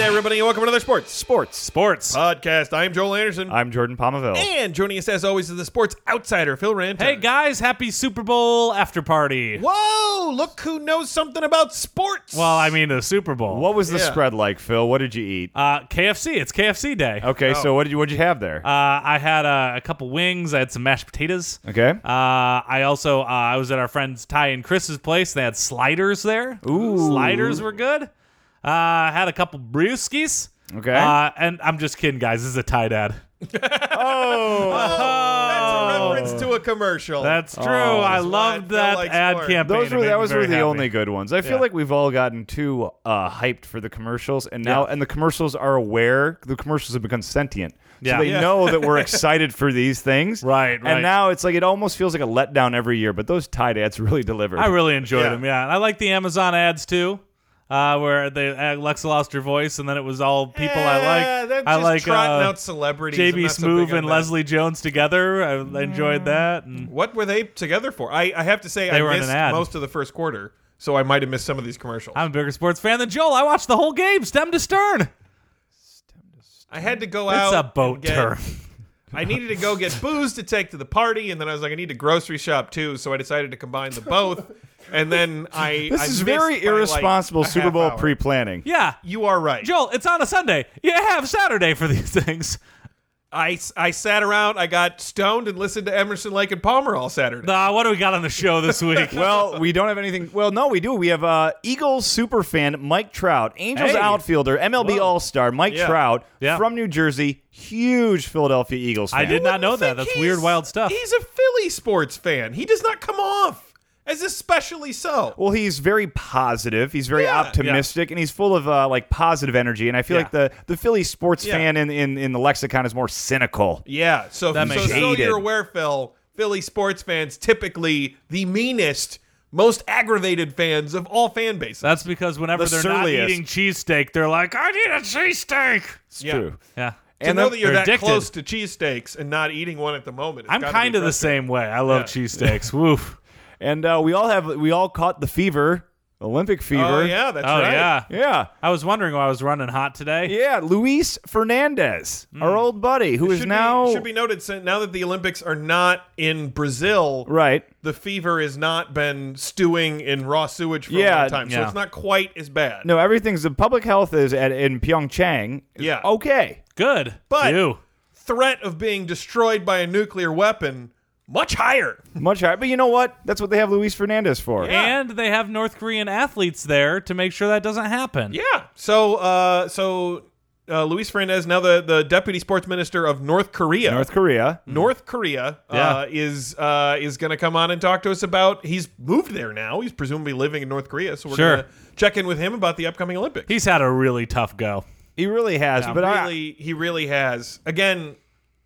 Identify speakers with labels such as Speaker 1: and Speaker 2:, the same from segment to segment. Speaker 1: everybody, and welcome to another sports sports
Speaker 2: Sports.
Speaker 1: podcast. I'm Joel Anderson,
Speaker 2: I'm Jordan Palmaville.
Speaker 1: and joining us as always is the sports outsider Phil Ranta.
Speaker 2: Hey guys, happy Super Bowl after party.
Speaker 1: Whoa! Look who knows something about sports.
Speaker 2: Well, I mean the Super Bowl.
Speaker 3: What was the
Speaker 1: Yeah.
Speaker 3: spread like, Phil? What did you eat?
Speaker 2: Uh, KFC. It's KFC day.
Speaker 3: Okay, so what did you what did you have there?
Speaker 2: Oh. Uh, I had uh, a couple wings. I had some mashed potatoes.
Speaker 3: okay.
Speaker 2: Uh, I also uh, I was at our friends Ty and Chris's place. They had sliders there. Ooh, sliders were good. Uh, I had a couple brewskis.
Speaker 3: Okay.
Speaker 2: Uh, and I'm just kidding, guys. This is a Thai dad. uh,
Speaker 1: oh, that's a reference to a commercial.
Speaker 2: That's true. I
Speaker 3: Oh.
Speaker 1: That's why it
Speaker 2: loved
Speaker 1: felt
Speaker 2: that
Speaker 1: like
Speaker 2: ad
Speaker 1: sport.
Speaker 2: campaign.
Speaker 3: Those
Speaker 2: It
Speaker 3: were
Speaker 2: made
Speaker 3: that
Speaker 2: me
Speaker 3: was
Speaker 2: very
Speaker 3: really the
Speaker 2: happy.
Speaker 3: only good ones. I feel
Speaker 2: Yeah.
Speaker 3: like we've all gotten too uh, hyped for the commercials, and now
Speaker 2: Yeah.
Speaker 3: and the commercials are aware. The commercials have become sentient,
Speaker 2: Yeah.
Speaker 3: so they
Speaker 2: Yeah.
Speaker 3: know that we're excited for these things.
Speaker 2: Right, right.
Speaker 3: And now it's like it almost feels like a letdown every year, but those tie dads really delivered.
Speaker 2: I really enjoyed
Speaker 1: Yeah.
Speaker 2: them. Yeah, and I like the Amazon ads too, uh, where they Alexa lost her voice, and then it was all people I
Speaker 1: Yeah,
Speaker 2: like.
Speaker 1: they're
Speaker 2: I
Speaker 1: just
Speaker 2: like
Speaker 1: trotting
Speaker 2: uh,
Speaker 1: out celebrities. I'm
Speaker 2: JB
Speaker 1: not so big Mm.
Speaker 2: Smoove
Speaker 1: on
Speaker 2: and
Speaker 1: that.
Speaker 2: Leslie Jones together. I I enjoyed that. And
Speaker 1: What were they together for? I, I have to say
Speaker 2: They
Speaker 1: I
Speaker 2: were in an
Speaker 1: missed
Speaker 2: ad.
Speaker 1: most of the first quarter, so I might have missed some of these commercials.
Speaker 2: I'm a bigger sports fan than Joel. I watched the whole game, stem to stern.
Speaker 1: I had to go out.
Speaker 2: That's a
Speaker 1: and
Speaker 2: boat
Speaker 1: get-
Speaker 2: term.
Speaker 1: I needed to go get booze to take to the party, and then I was like, I need to grocery shop too, so I decided to combine the both. And then I
Speaker 3: this
Speaker 1: I
Speaker 3: is
Speaker 1: missed by,
Speaker 3: very
Speaker 1: like,
Speaker 3: irresponsible
Speaker 1: a
Speaker 3: Super
Speaker 1: half
Speaker 3: Bowl
Speaker 1: hour.
Speaker 3: pre-planning.
Speaker 2: Yeah,
Speaker 1: You are right.
Speaker 2: Joel, it's on a Sunday. You have Saturday for these things.
Speaker 1: I, I sat around, I got stoned, and listened to Emerson, Lake, and Palmer all Saturday.
Speaker 2: Nah, what do we got on the show this week?
Speaker 3: Well, we don't have anything. Well, no, we do. We have uh, Eagles superfan Mike Trout, Angels
Speaker 2: Hey.
Speaker 3: outfielder, MLB All Star Mike
Speaker 1: Yeah.
Speaker 3: Trout
Speaker 2: Yeah.
Speaker 3: from New Jersey, huge Philadelphia Eagles fan.
Speaker 2: I did not know that.
Speaker 1: think
Speaker 2: That's
Speaker 1: he's-
Speaker 2: weird, wild stuff.
Speaker 1: He's a Philly sports fan. He does not come off as especially so.
Speaker 3: Well, he's very positive. He's very
Speaker 1: Yeah.
Speaker 3: optimistic, and he's full of uh, like positive energy. And I feel
Speaker 2: Yeah.
Speaker 3: like the the Philly sports
Speaker 1: Yeah.
Speaker 3: fan in, in in the lexicon is more cynical.
Speaker 1: Yeah. So,
Speaker 2: That
Speaker 1: so,
Speaker 2: makes
Speaker 1: so
Speaker 3: sense.
Speaker 1: you're aware, Phil, Philly sports fans typically the meanest, most aggravated fans of all fan bases.
Speaker 2: That's because whenever
Speaker 3: The
Speaker 2: they're not
Speaker 3: surliest.
Speaker 2: eating cheesesteak, they're like, I need a cheesesteak.
Speaker 3: It's
Speaker 1: Yeah.
Speaker 3: true.
Speaker 2: Yeah.
Speaker 1: to know
Speaker 3: then
Speaker 1: that you're
Speaker 2: they're
Speaker 1: that
Speaker 2: addicted.
Speaker 1: close to cheesesteaks and not eating one at the moment.
Speaker 2: I'm kind of the same way. I love cheesesteaks. Woof.
Speaker 3: And uh, we all have we all caught the fever, Olympic fever.
Speaker 1: Oh yeah, that's
Speaker 2: Oh
Speaker 1: right.
Speaker 2: yeah.
Speaker 3: Yeah.
Speaker 2: I was wondering why I was running hot today.
Speaker 3: Yeah, Luis Fernandez, our old buddy, who is
Speaker 1: Hmm. Should
Speaker 3: now
Speaker 1: be, should be noted since now that the Olympics are not in Brazil,
Speaker 3: right.
Speaker 1: the fever has not been stewing in raw sewage for a
Speaker 3: Yeah,
Speaker 1: long time, so
Speaker 2: yeah.
Speaker 1: it's not quite as bad.
Speaker 3: No, everything's the public health is at in Pyeongchang. is
Speaker 1: Yeah.
Speaker 3: Okay.
Speaker 2: Good.
Speaker 1: But-
Speaker 2: you.
Speaker 1: Threat of being destroyed by a nuclear weapon much higher.
Speaker 3: Much higher. But you know what? That's what they have Luis Fernandez for.
Speaker 1: Yeah.
Speaker 2: And they have North Korean athletes there to make sure that doesn't happen.
Speaker 1: Yeah. So, uh, so uh, Luis Fernandez, now the the deputy sports minister of North Korea,
Speaker 3: North Korea.
Speaker 1: North Korea uh, is uh, is going to come on and talk to us about. He's moved there now. He's presumably living in North Korea, so we're
Speaker 2: Sure.
Speaker 1: going to check in with him about the upcoming Olympics.
Speaker 2: He's had a really tough go.
Speaker 3: He really has. but I-
Speaker 1: really, he really has. Again,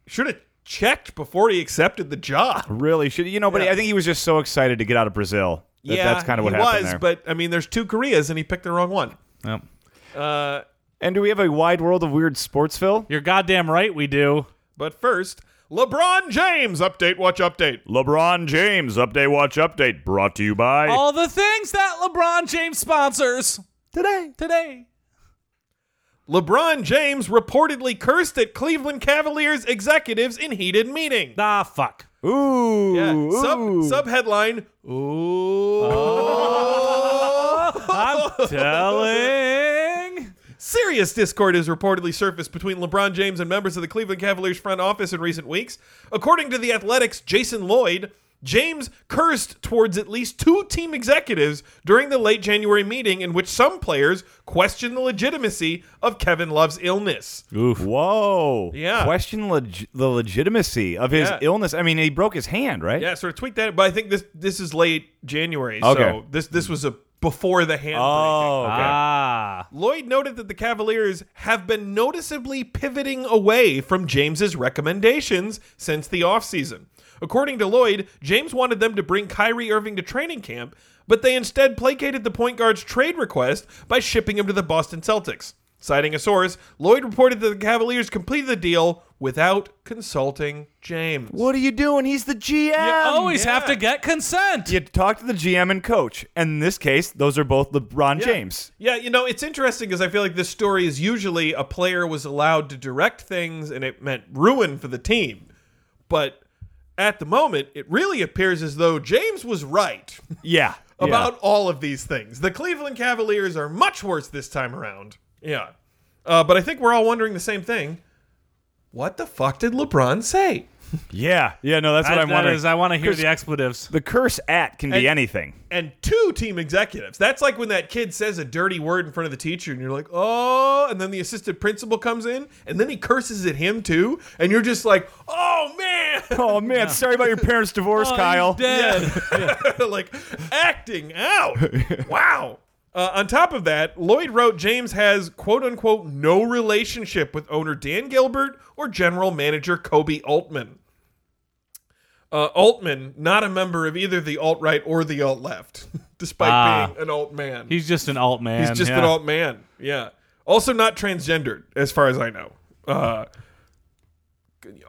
Speaker 1: should have checked before he accepted the job.
Speaker 3: really should you know, but I think he was just so excited to get out of Brazil. That,
Speaker 1: yeah,
Speaker 3: that's kind of what
Speaker 1: he
Speaker 3: happened
Speaker 1: was,
Speaker 3: there.
Speaker 1: but I mean, there's two Koreas, and he picked the wrong one.
Speaker 2: Yep.
Speaker 1: Uh,
Speaker 3: and do we have a wide world of weird sports, Phil?
Speaker 2: You're goddamn right we do.
Speaker 1: but first, LeBron James update. Watch update.
Speaker 3: LeBron James update watch update brought to you by
Speaker 2: All the things that LeBron James sponsors
Speaker 3: today.
Speaker 2: today.
Speaker 1: LeBron James reportedly cursed at Cleveland Cavaliers executives in heated meeting.
Speaker 2: Ah, fuck.
Speaker 3: Ooh.
Speaker 1: Yeah.
Speaker 3: ooh.
Speaker 1: Sub sub headline. Ooh. Oh.
Speaker 2: I'm telling.
Speaker 1: Serious discord has reportedly surfaced between LeBron James and members of the Cleveland Cavaliers front office in recent weeks. According to the Athletics' Jason Lloyd, James cursed towards at least two team executives during the late January meeting in which some players questioned the legitimacy of Kevin Love's illness.
Speaker 3: Whoa.
Speaker 1: Yeah.
Speaker 3: Question leg- the legitimacy of his
Speaker 1: Yeah.
Speaker 3: illness. I mean, he broke his hand, right?
Speaker 1: Yeah, sort of tweaked that, but I think this this is late January,
Speaker 3: Okay.
Speaker 1: so this this was a before the hand.
Speaker 3: Oh, okay.
Speaker 2: Ah.
Speaker 1: Lloyd noted that the Cavaliers have been noticeably pivoting away from James's recommendations since the offseason. According to Lloyd, James wanted them to bring Kyrie Irving to training camp, but they instead placated the point guard's trade request by shipping him to the Boston Celtics. Citing a source, Lloyd reported that the Cavaliers completed the deal without consulting James.
Speaker 3: What are you doing? He's the GM.
Speaker 2: You always
Speaker 1: yeah.
Speaker 2: have to get consent.
Speaker 3: You talk to the GM and coach. And in this case, those are both LeBron James.
Speaker 1: Yeah, you know, it's interesting because I feel like this story is usually a player was allowed to direct things and it meant ruin for the team. But at the moment, it really appears as though James was right
Speaker 3: Yeah.
Speaker 1: about all of these things. The Cleveland Cavaliers are much worse this time around. Yeah. Uh, but I think we're all wondering the same thing. What the fuck did LeBron say?
Speaker 3: Yeah. Yeah, no, that's what
Speaker 2: That-
Speaker 3: I'm
Speaker 2: that
Speaker 3: wondering.
Speaker 2: is, I want to hear
Speaker 3: Chris-
Speaker 2: the expletives.
Speaker 3: the curse at can be anything.
Speaker 1: and two team executives. That's like when that kid says a dirty word in front of the teacher and you're like, oh, and then the assistant principal comes in and then he curses at him too. And you're just like, oh man,
Speaker 3: Oh, man. Sorry about your parents' divorce,
Speaker 2: Oh, he's
Speaker 3: Kyle.
Speaker 2: dead.
Speaker 1: like acting out. wow. Uh, on top of that, Lloyd wrote James has quote unquote no relationship with owner Dan Gilbert or general manager Kobe Altman. Uh, Altman, not a member of either the alt right or the alt left, despite
Speaker 2: Ah.
Speaker 1: being an alt man.
Speaker 2: He's just an alt man.
Speaker 1: He's just
Speaker 2: yeah.
Speaker 1: an alt man. Yeah. Also not transgendered, as far as I know. Uh,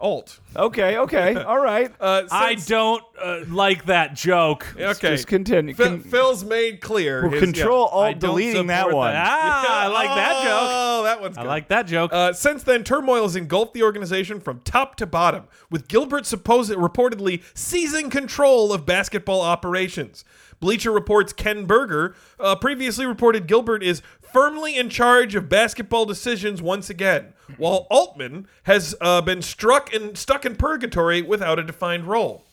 Speaker 1: alt.
Speaker 3: Okay, okay. All right.
Speaker 1: Uh,
Speaker 2: I
Speaker 1: since-
Speaker 2: don't uh, like that joke.
Speaker 1: Okay.
Speaker 3: Just continue.
Speaker 1: Phil-
Speaker 3: Con-
Speaker 1: Phil's made clear. his-
Speaker 3: control
Speaker 1: yeah.
Speaker 2: I
Speaker 3: alt
Speaker 2: don't
Speaker 3: deleting that
Speaker 2: support
Speaker 3: one.
Speaker 2: Ah, I like that joke.
Speaker 1: Oh, that one's good.
Speaker 2: I like that joke.
Speaker 1: Uh, since then, turmoil has engulfed the organization from top to bottom, with Gilbert supposed reportedly seizing control of basketball operations. Bleacher Report's Ken Berger uh, previously reported Gilbert is firmly in charge of basketball decisions once again, while Altman has uh, been struck and stuck in purgatory without a defined role.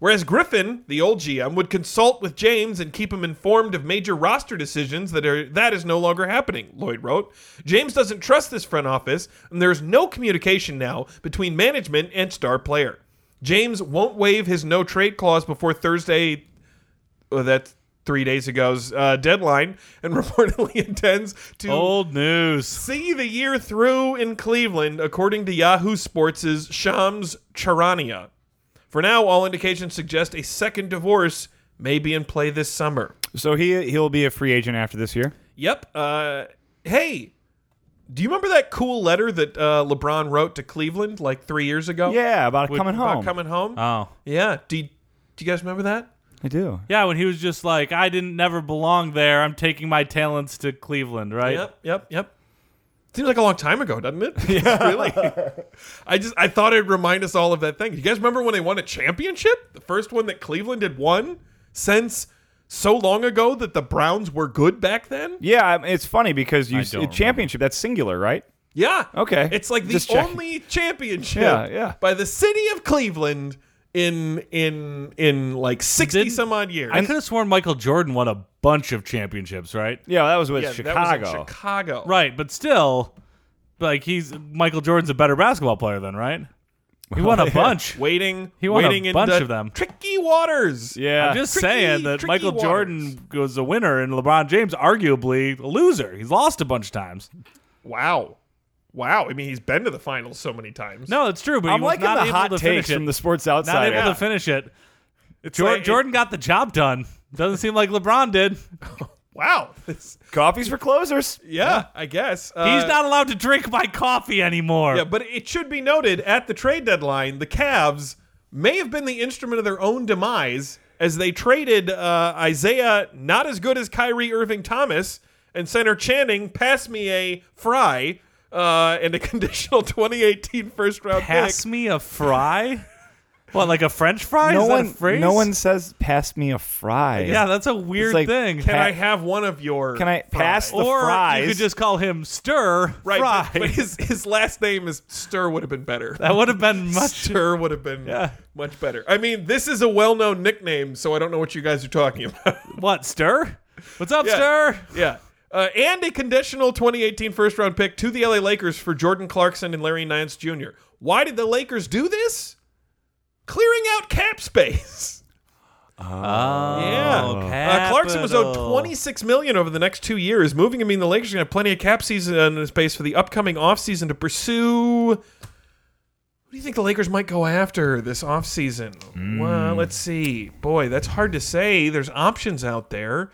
Speaker 1: Whereas Griffin, the old GM, would consult with James and keep him informed of major roster decisions that are that is no longer happening, Lloyd wrote. James doesn't trust this front office, and there's no communication now between management and star player. James won't waive his no trade clause before Thursday oh, that's three days ago's uh, deadline, and reportedly intends to
Speaker 2: Old news.
Speaker 1: see the year through in Cleveland, according to Yahoo Sports' Shams Charania. For now, all indications suggest a second divorce may be in play this summer.
Speaker 3: So he he'll be a free agent after this year.
Speaker 1: Yep. Uh, hey, do you remember that cool letter that uh, LeBron wrote to Cleveland like three years ago?
Speaker 3: Yeah, about
Speaker 1: With-
Speaker 3: coming
Speaker 1: about
Speaker 3: home. Uh,
Speaker 1: coming home.
Speaker 2: Oh.
Speaker 1: yeah. Do you, do you guys remember that?
Speaker 3: I do.
Speaker 2: Yeah, when he was just like, I didn't never belong there. I'm taking my talents to Cleveland, right?
Speaker 1: Yep, yep, yep. Seems like a long time ago, doesn't it? Yeah. really. I just I thought it'd remind us all of that thing. You guys remember when they won a championship? The first one that Cleveland had won since so long ago that the Browns were good back then?
Speaker 3: Yeah, I mean, it's funny because you
Speaker 2: I
Speaker 3: s-
Speaker 2: don't
Speaker 3: championship that's singular, right?
Speaker 1: Yeah.
Speaker 3: Okay.
Speaker 1: It's like the
Speaker 3: Just checking.
Speaker 1: only championship
Speaker 3: Yeah, yeah.
Speaker 1: by the city of Cleveland in in in like 60
Speaker 2: Didn't-
Speaker 1: some odd years.
Speaker 2: I could have sworn Michael Jordan won a bunch of championships, right?
Speaker 3: Yeah, that was with
Speaker 1: Yeah, That
Speaker 3: Chicago.
Speaker 1: was in Chicago.
Speaker 2: Right, but still, like he's Michael Jordan's a better basketball player than right? He won a bunch.
Speaker 1: Waiting,
Speaker 2: He won a
Speaker 1: waiting in
Speaker 2: bunch
Speaker 1: the
Speaker 2: of them.
Speaker 1: tricky waters.
Speaker 3: Yeah,
Speaker 2: I'm just
Speaker 1: Tricky-
Speaker 2: saying that
Speaker 1: tricky
Speaker 2: Michael
Speaker 1: waters.
Speaker 2: Jordan was a winner and LeBron James arguably a loser. He's lost a bunch of times.
Speaker 1: Wow. Wow. I mean, he's been to the finals so many times.
Speaker 2: No, it's true, but
Speaker 3: I'm
Speaker 2: he was
Speaker 3: liking
Speaker 2: not
Speaker 3: the
Speaker 2: able
Speaker 3: hot
Speaker 2: to finish
Speaker 3: takes
Speaker 2: it.
Speaker 3: from the sports
Speaker 2: not
Speaker 3: outsider.
Speaker 2: able to finish it. Jor-
Speaker 1: like-
Speaker 2: Jordan got the job done. Doesn't seem like LeBron did. He's
Speaker 1: Wow. This-
Speaker 3: Coffee's for closers.
Speaker 1: yeah, I guess. Uh,
Speaker 2: not allowed to drink my coffee anymore.
Speaker 1: Yeah, but it should be noted at the trade deadline, the Cavs may have been the instrument of their own demise as they traded uh, Isaiah, not as good as Kyrie Irving Thomas, and center Channing, pass me a fry, uh, and a conditional 2018 first round
Speaker 2: Pass
Speaker 1: pick.
Speaker 2: me a fry. what, like a French fry?
Speaker 3: no
Speaker 2: Is
Speaker 3: one,
Speaker 2: that a phrase?
Speaker 3: no one says, "Pass me a fry."
Speaker 2: Yeah, that's a weird
Speaker 3: like,
Speaker 2: thing.
Speaker 1: Can
Speaker 3: Pa-
Speaker 1: I have one of your.
Speaker 3: Can I
Speaker 1: fries?
Speaker 3: pass the
Speaker 2: or
Speaker 3: fries?
Speaker 2: you could just call him Stir
Speaker 1: Right,
Speaker 2: Fry.
Speaker 1: but, but his, his last name is Stir would have been better.
Speaker 2: that would have been much.
Speaker 1: Stir would have been
Speaker 2: Yeah.
Speaker 1: much better. I mean, this is a well-known nickname, so I don't know what you guys are talking about.
Speaker 2: What Stir? What's up,
Speaker 1: Yeah.
Speaker 2: Stir?
Speaker 1: yeah. Uh, and a conditional 2018 first round pick to the LA Lakers for Jordan Clarkson and Larry Nance Jr. Why did the Lakers do this? Clearing out cap space.
Speaker 2: Oh,
Speaker 1: yeah. Uh, Clarkson was owed 26 million over the next 2 years. Moving him mean the Lakers are going to have plenty of cap season uh, space for the upcoming offseason to pursue who do you think the Lakers might go after this offseason? Well, let's see. Boy, that's hard to say. There's options out there.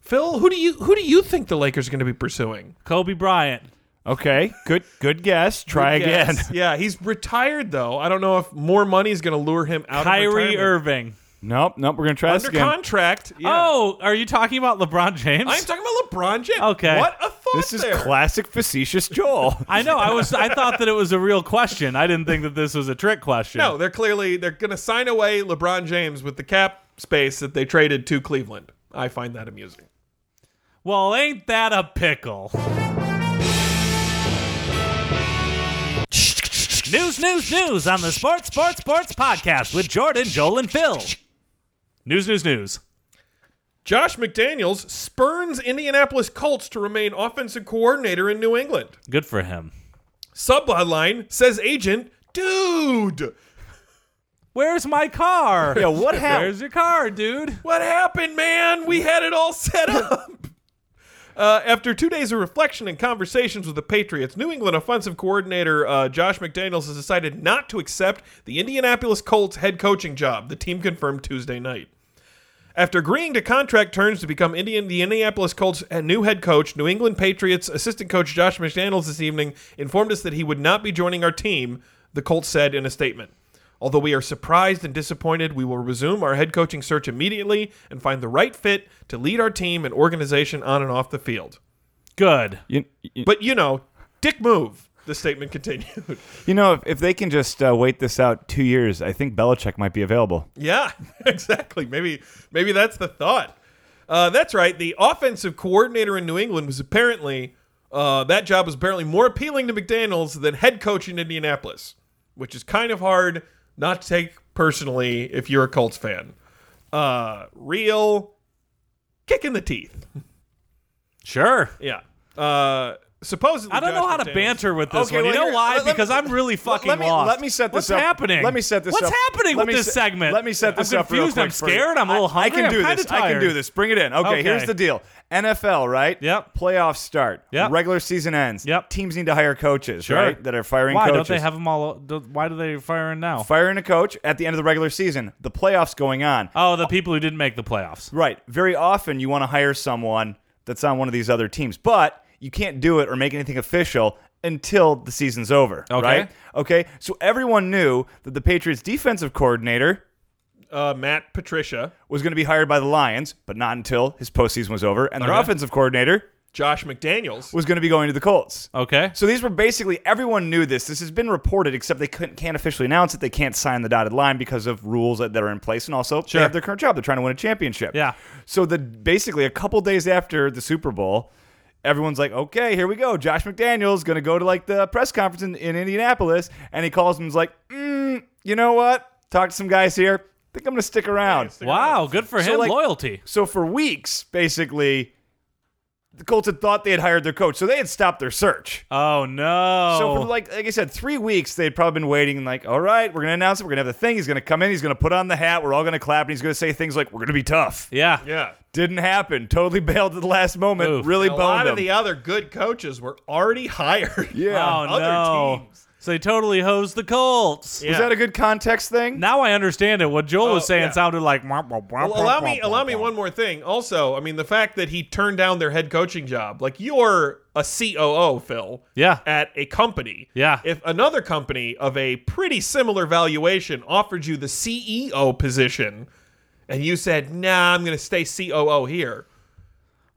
Speaker 1: Phil, who do you who do you think the Lakers are going to be pursuing?
Speaker 2: Kobe Bryant.
Speaker 3: Okay, good good guess. Try again.
Speaker 1: Yes. Yeah, he's retired though. I don't know if more money is going to lure him out. of
Speaker 2: Kyrie
Speaker 1: retirement.
Speaker 2: Irving.
Speaker 3: Nope, nope. We're gonna try this
Speaker 1: under
Speaker 3: again.
Speaker 1: contract. Yeah.
Speaker 2: Oh, are you talking about LeBron James?
Speaker 1: I'm talking about LeBron James.
Speaker 2: Okay.
Speaker 1: what a thought
Speaker 3: This is
Speaker 1: there.
Speaker 3: classic facetious Joel.
Speaker 2: I know. I was. I thought that it was a real question. I didn't think that this was a trick question.
Speaker 1: no, they're clearly they're going to sign away LeBron James with the cap space that they traded to Cleveland. I find that amusing.
Speaker 2: Well, ain't that a pickle? News, news, news on the Sports, Sports, Sports podcast with Jordan, Joel, and Phil. News, news, news.
Speaker 1: Josh McDaniels spurns Indianapolis Colts to remain offensive coordinator in New England.
Speaker 2: Good for him.
Speaker 1: Subline says agent, dude,
Speaker 2: Where's my car?
Speaker 3: yeah, what happened?
Speaker 2: Where's your car, dude?
Speaker 1: what happened, man? We had it all set up. Uh, after two days of reflection and conversations with the Patriots, New England offensive coordinator uh, Josh McDaniels has decided not to accept the Indianapolis Colts head coaching job, the team confirmed Tuesday night. After agreeing to contract terms to become Indian, the Indianapolis Colts uh, new head coach, New England Patriots assistant coach Josh McDaniels this evening informed us that he would not be joining our team, the Colts said in a statement. Although we are surprised and disappointed, we will resume our head coaching search immediately and find the right fit to lead our team and organization on and off the field.
Speaker 2: Good.
Speaker 3: You, you-
Speaker 1: But, you know, dick move, the statement continued.
Speaker 3: you know, if, if they can just uh, wait this out two years, I think Belichick might be available.
Speaker 1: Yeah, exactly. Maybe maybe that's the thought. Uh, that's right. The offensive coordinator in New England was apparently uh, that job was apparently more appealing to McDaniel's than head coach in Indianapolis, which is kind of hard not to take personally if you're a Colts fan. Uh, real kick in the teeth.
Speaker 2: Sure.
Speaker 1: Yeah. Uh, supposedly,
Speaker 2: I don't
Speaker 1: Josh
Speaker 2: know how to
Speaker 1: McDaniels-
Speaker 2: banter with this
Speaker 3: Okay,
Speaker 2: one.
Speaker 3: well,
Speaker 2: you know
Speaker 3: here-
Speaker 2: why?
Speaker 3: let- let me-
Speaker 2: because I'm really fucking
Speaker 3: let me-
Speaker 2: lost.
Speaker 3: let me set this
Speaker 2: What's
Speaker 3: up.
Speaker 2: happening?
Speaker 3: Let me set this
Speaker 2: What's
Speaker 3: up.
Speaker 2: happening
Speaker 3: Let
Speaker 2: with
Speaker 3: me
Speaker 2: this
Speaker 3: se-
Speaker 2: segment?
Speaker 3: let me set this
Speaker 2: I'm
Speaker 3: up real
Speaker 2: confused.
Speaker 3: quick
Speaker 2: I'm
Speaker 3: for you.
Speaker 2: scared. I'm a little
Speaker 3: I
Speaker 2: hungry.
Speaker 3: can do
Speaker 2: I'm kinda
Speaker 3: this. I can do
Speaker 2: tired.
Speaker 3: this. Bring it in. Okay,
Speaker 2: Okay.
Speaker 3: here's the deal. NFL, right?
Speaker 2: Yep.
Speaker 3: Playoffs start.
Speaker 2: Yep.
Speaker 3: Regular season ends.
Speaker 2: Yep.
Speaker 3: Teams need to hire coaches,
Speaker 2: Sure.
Speaker 3: right? That are firing
Speaker 2: Why don't
Speaker 3: coaches.
Speaker 2: they have them all? do- Why do they fire in now?
Speaker 3: Oh. firing a coach at the end of the regular season? The playoffs going on.
Speaker 2: Oh, the people who didn't make the playoffs.
Speaker 3: Right. Very often you want to hire someone that's on one of these other teams, but you can't do it or make anything official until the season's over.
Speaker 2: Okay.
Speaker 3: Right? Okay. So everyone knew that the Patriots defensive coordinator
Speaker 1: Uh, Matt Patricia,
Speaker 3: was going to be hired by the Lions, but not until his postseason was over, and their
Speaker 2: Okay.
Speaker 3: offensive coordinator
Speaker 1: Josh McDaniels.
Speaker 3: was going to be going to the Colts.
Speaker 2: Okay.
Speaker 3: So these were basically everyone knew this. This has been reported, except they couldn't, can't officially announce it. They can't sign the dotted line because of rules that, that are in place, and also
Speaker 2: Sure.
Speaker 3: they have their current job. They're trying to win a championship.
Speaker 2: Yeah.
Speaker 3: So the basically a couple days after the Super Bowl, everyone's like, "Okay, here we go. Josh McDaniels going to go to like the press conference in, in Indianapolis," and he calls him. He's like, mm, "You know what? Talk to some guys here. Think I'm going to stick around."
Speaker 2: Wow, good for
Speaker 3: So,
Speaker 2: him.
Speaker 3: like-
Speaker 2: Loyalty.
Speaker 3: So for weeks, basically, the Colts had thought they had hired their coach, so they had stopped their search.
Speaker 2: Oh no.
Speaker 3: So for like like I said, three weeks they'd probably been waiting and like, all right, we're gonna announce it, we're gonna have the thing, he's gonna come in, he's gonna put on the hat, we're all gonna clap, and he's gonna say things like, We're gonna be tough.
Speaker 2: yeah.
Speaker 1: Yeah.
Speaker 3: Didn't happen. Totally bailed at the last moment.
Speaker 2: Oof.
Speaker 3: Really
Speaker 1: A
Speaker 3: boned
Speaker 1: lot
Speaker 3: him.
Speaker 1: of the other good coaches were already hired.
Speaker 3: yeah.
Speaker 2: Oh
Speaker 1: Other
Speaker 2: no.
Speaker 1: teams.
Speaker 2: So they totally hosed the Colts.
Speaker 1: Yeah.
Speaker 3: Was that a good context thing?
Speaker 2: Now I understand it. What Joel was
Speaker 1: Oh,
Speaker 2: saying
Speaker 1: yeah.
Speaker 2: sounded like. Well,
Speaker 1: Well, allow me allow me one more thing. Also, I mean the fact that he turned down their head coaching job. Like you're a COO, Phil.
Speaker 2: Yeah.
Speaker 1: At a company.
Speaker 2: Yeah.
Speaker 1: If another company of a pretty similar valuation offered you the CEO position, and you said, "Nah, I'm going to stay COO here."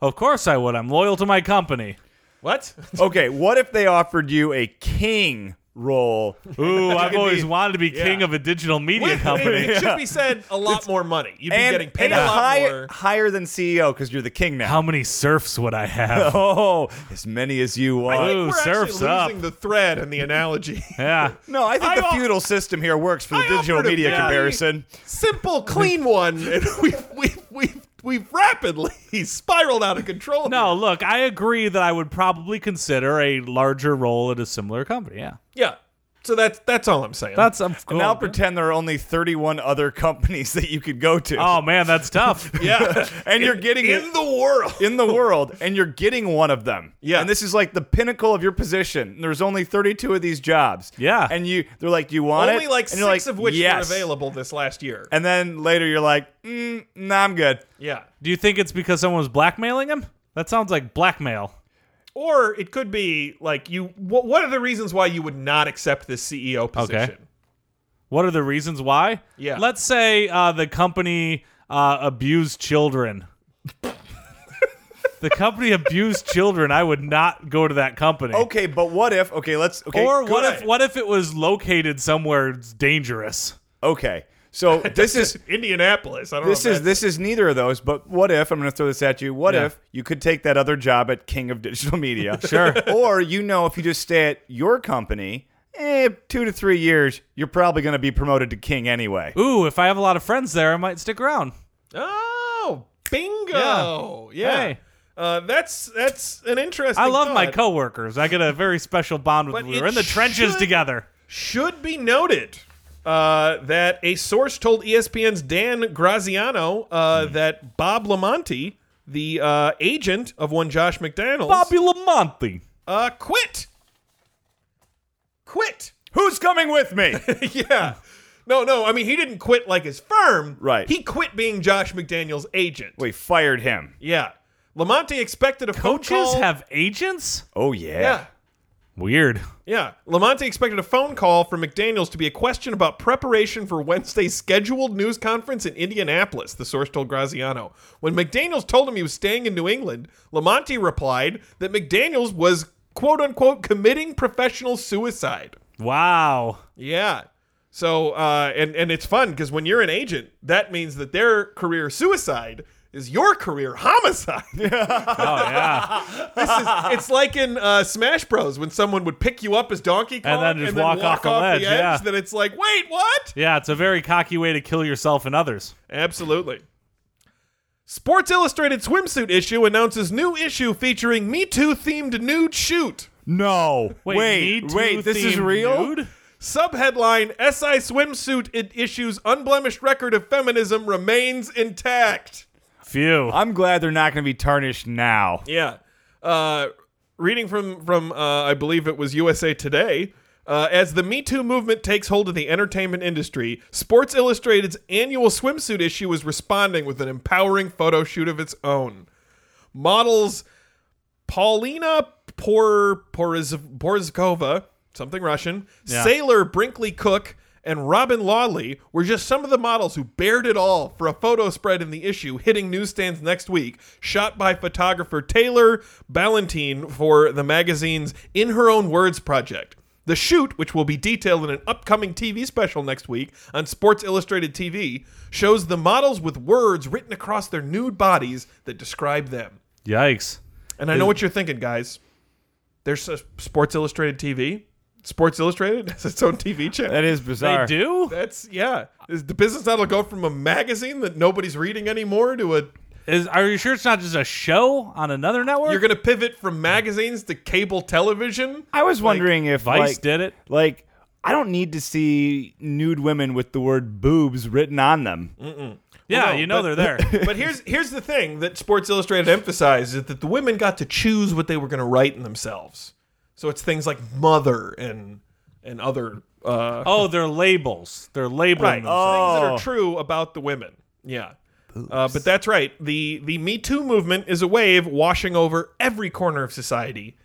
Speaker 2: Of course I would. I'm loyal to my company.
Speaker 1: What?
Speaker 3: Okay, what if they offered you a king role?
Speaker 2: Ooh, I've
Speaker 3: could
Speaker 2: always
Speaker 3: be-
Speaker 2: wanted to be king of a digital media company.
Speaker 1: it should be said a lot more money. You'd be
Speaker 3: and
Speaker 1: getting paid
Speaker 3: and
Speaker 1: a lot
Speaker 3: higher,
Speaker 1: more.
Speaker 3: higher than CEO because you're the king now.
Speaker 2: How many surfs would I have?
Speaker 3: Oh, as many as you want.
Speaker 1: I think
Speaker 2: Ooh,
Speaker 1: we're actually
Speaker 2: surf's
Speaker 1: losing
Speaker 2: up.
Speaker 1: the thread and the analogy.
Speaker 2: yeah.
Speaker 3: No, I think
Speaker 1: I
Speaker 3: the
Speaker 1: al-
Speaker 3: feudal system here works for the
Speaker 1: I
Speaker 3: digital
Speaker 1: offered a
Speaker 3: media
Speaker 1: very-
Speaker 3: comparison.
Speaker 1: simple, clean one, and we've we've we've we've rapidly spiraled out of control.
Speaker 2: No,
Speaker 1: here.
Speaker 2: look, I agree that I would probably consider a larger role at a similar company. Yeah.
Speaker 1: yeah. So that's that's all I'm saying.
Speaker 2: That's of course.
Speaker 1: Oh,
Speaker 3: Now pretend there are only 31 other companies that you could go to.
Speaker 2: Oh man, that's tough.
Speaker 1: yeah.
Speaker 3: and you're getting
Speaker 1: In
Speaker 3: it
Speaker 1: the world.
Speaker 3: in the world, and you're getting one of them.
Speaker 1: Yeah.
Speaker 3: And this is like the pinnacle of your position. And There's only 32 of these jobs.
Speaker 2: Yeah.
Speaker 3: And you, they're like, do you want it?
Speaker 1: Only like
Speaker 3: and
Speaker 1: six
Speaker 3: you're
Speaker 1: of which
Speaker 3: yes.
Speaker 1: were available this last year.
Speaker 3: And then later you're like, mm, nah, I'm good.
Speaker 1: Yeah.
Speaker 2: Do you think it's because someone was blackmailing him? That sounds like blackmail.
Speaker 1: Or it could be like you. What, what are the reasons why you would not accept this CEO position?
Speaker 2: What are the reasons why?
Speaker 1: Yeah.
Speaker 2: Let's say uh, the company uh, abused children. the company abused children. I would not go to that company.
Speaker 3: Okay, but what if? Okay, let's. Okay,
Speaker 2: or what if
Speaker 3: good.
Speaker 2: what if it was located somewhere dangerous?
Speaker 3: Okay, so this is
Speaker 1: Indianapolis.
Speaker 2: Oh,
Speaker 1: I don't
Speaker 3: this
Speaker 1: know.
Speaker 3: is this is neither of those. But what if I'm going to throw this at you? What
Speaker 2: Yeah.
Speaker 3: if you could take that other job at King of Digital Media? sure. Or you know, if you just stay at your company, eh, two to three years, you're probably going to be promoted to King anyway.
Speaker 2: Ooh, if I have a lot of friends there, I might stick around.
Speaker 1: Oh, bingo! Yeah,
Speaker 2: Hey.
Speaker 1: Uh, that's that's an interesting.
Speaker 2: I love my
Speaker 1: thought.
Speaker 2: coworkers. I get a very special bond with
Speaker 1: But
Speaker 2: them. We
Speaker 1: it
Speaker 2: We're in the trenches
Speaker 1: should-
Speaker 2: together.
Speaker 1: Should be noted uh, that a source told E ESPN's Dan Graziano
Speaker 2: Hmm.
Speaker 1: uh, that Bob Lamonti, the uh, agent of one Josh McDaniels,
Speaker 2: Bobby Lamonte.
Speaker 1: uh, quit. Quit.
Speaker 3: Who's coming with me?
Speaker 1: yeah. No, no. I mean, he didn't quit like his firm.
Speaker 3: Right.
Speaker 1: He quit being Josh McDaniels' agent.
Speaker 3: we fired him.
Speaker 1: Yeah. Lamonti expected a phone
Speaker 2: Coaches
Speaker 1: call.
Speaker 2: have agents?
Speaker 3: Oh yeah.
Speaker 1: yeah.
Speaker 2: Weird.
Speaker 1: Yeah, Lamonte expected a phone call from McDaniels to be a question about preparation for Wednesday's scheduled news conference in Indianapolis, the source told Graziano. When McDaniels told him he was staying in New England, Lamonte replied that McDaniels was, quote unquote, committing professional suicide.
Speaker 2: Wow.
Speaker 1: Yeah. So, uh, and, and it's fun because when you're an agent, that means that their career suicide is your career homicide.
Speaker 2: Oh yeah.
Speaker 1: This is, it's like in uh, Smash Bros. when someone would pick you up as Donkey Kong
Speaker 2: And then just walk off the
Speaker 1: edge.
Speaker 2: ledge, yeah.
Speaker 1: Then it's like, wait, what?
Speaker 2: yeah, it's a very cocky way to kill yourself and others.
Speaker 1: Absolutely. Sports Illustrated swimsuit issue announces new issue featuring Me Too themed nude shoot.
Speaker 3: No.
Speaker 2: Wait, Me
Speaker 3: wait,
Speaker 2: Too
Speaker 3: wait, this is
Speaker 2: themed
Speaker 3: real?
Speaker 2: nude?
Speaker 1: Subheadline: SI swimsuit I- issue's unblemished record of feminism remains intact.
Speaker 2: Phew.
Speaker 3: I'm glad they're not going to be tarnished now.
Speaker 1: Yeah. Uh, reading from from uh, I believe it was USA Today. Uh, as the Me Too movement takes hold of the entertainment industry, Sports Illustrated's annual swimsuit issue is responding with an empowering photo shoot of its own. Models Paulina Por Poriz, Porizkova, something Russian, Sailor Brinkley Cook, and Robin Lawley were just some of the models who bared it all for a photo spread in the issue hitting newsstands next week, shot by photographer Taylor Ballantine for the magazine's In Her Own Words project. The shoot, which will be detailed in an upcoming TV special next week on Sports Illustrated TV, shows the models with words written across their nude bodies that describe them.
Speaker 2: Yikes.
Speaker 1: And I know what you're thinking, guys. There's a Sports Illustrated TV. Sports Illustrated has its own TV channel.
Speaker 3: That is
Speaker 2: They
Speaker 3: bizarre.
Speaker 2: do?
Speaker 1: That's yeah. Is the business that'll go from a magazine that nobody's reading anymore to a
Speaker 2: Is, are you sure it's not just a show on another network?
Speaker 1: you're gonna pivot from magazines to cable television?
Speaker 3: I was wondering if
Speaker 2: Vice
Speaker 3: like,
Speaker 2: did it.
Speaker 3: Like, I don't need to see nude women with the word boobs written on them.
Speaker 2: yeah,
Speaker 1: Well, no,
Speaker 2: you know
Speaker 1: but-
Speaker 2: they're there.
Speaker 1: But here's here's the thing that Sports Illustrated emphasized is that the women got to choose what they were gonna write in themselves. So it's things like mother and and other uh
Speaker 2: oh, they're labels. They're
Speaker 1: right. Oh,
Speaker 2: labeling themselves.
Speaker 1: Things that are true about the women. Yeah. Uh, but that's right. The the Me Too movement is a wave washing over every corner of society,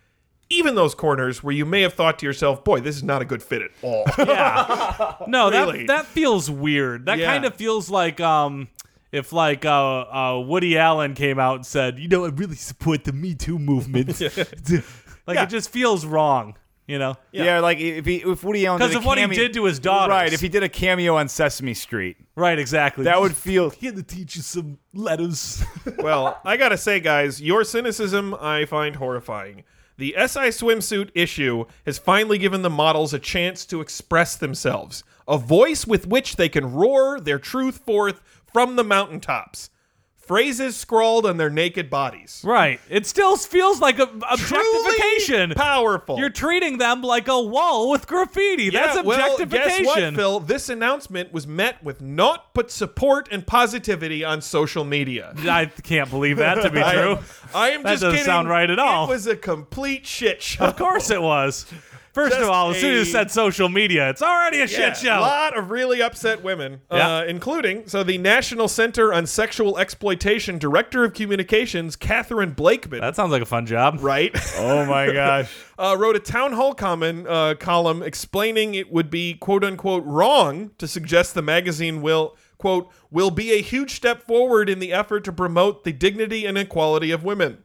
Speaker 1: even those corners where you may have thought to yourself, "Boy, this is not a good fit at all."
Speaker 2: Yeah. No,
Speaker 1: Really?
Speaker 2: that that feels weird. That
Speaker 1: Yeah.
Speaker 2: kind of feels like um if like uh, uh Woody Allen came out and said, "You know, I really support the Me Too movement." like
Speaker 1: Yeah.
Speaker 2: it just feels wrong, you know.
Speaker 1: Yeah.
Speaker 3: Yeah, like if he, if Woody Allen
Speaker 2: 'Cause
Speaker 3: did a
Speaker 2: of what he
Speaker 3: cameo-
Speaker 2: did to his daughters.
Speaker 3: Right, if he did a cameo on Sesame Street,
Speaker 2: Right, exactly.
Speaker 3: that would feel.
Speaker 2: he had to teach you some letters.
Speaker 1: well, I gotta say, guys, your cynicism I find horrifying. The SI swimsuit issue has finally given the models a chance to express themselves, a voice with which they can roar their truth forth from the mountaintops. Phrases scrawled on their naked bodies.
Speaker 2: right. It still feels like a
Speaker 1: Truly
Speaker 2: objectification.
Speaker 1: powerful.
Speaker 2: You're treating them like a wall with graffiti.
Speaker 1: Yeah,
Speaker 2: That's objectification.
Speaker 1: Well, guess what, Phil? This announcement was met with naught but support and positivity on social media.
Speaker 2: I can't believe that to be
Speaker 1: I
Speaker 2: true.
Speaker 1: am, I am
Speaker 2: That
Speaker 1: just
Speaker 2: doesn't
Speaker 1: kidding.
Speaker 2: sound right at all.
Speaker 1: It was a complete shit show.
Speaker 2: Of course it was. First of
Speaker 1: Just
Speaker 2: all, as soon as
Speaker 1: a-
Speaker 2: you said social media, it's already a shit
Speaker 1: A
Speaker 2: show.
Speaker 1: lot of really upset women, uh,
Speaker 2: Yeah.
Speaker 1: including so the National Center on Sexual Exploitation Director of Communications, Catherine Blakeman.
Speaker 2: That sounds like a fun job.
Speaker 1: right.
Speaker 3: Oh my gosh.
Speaker 1: uh, wrote a town hall comment uh, column explaining it would be quote unquote wrong to suggest the magazine will quote will be a huge step forward in the effort to promote the dignity and equality of women.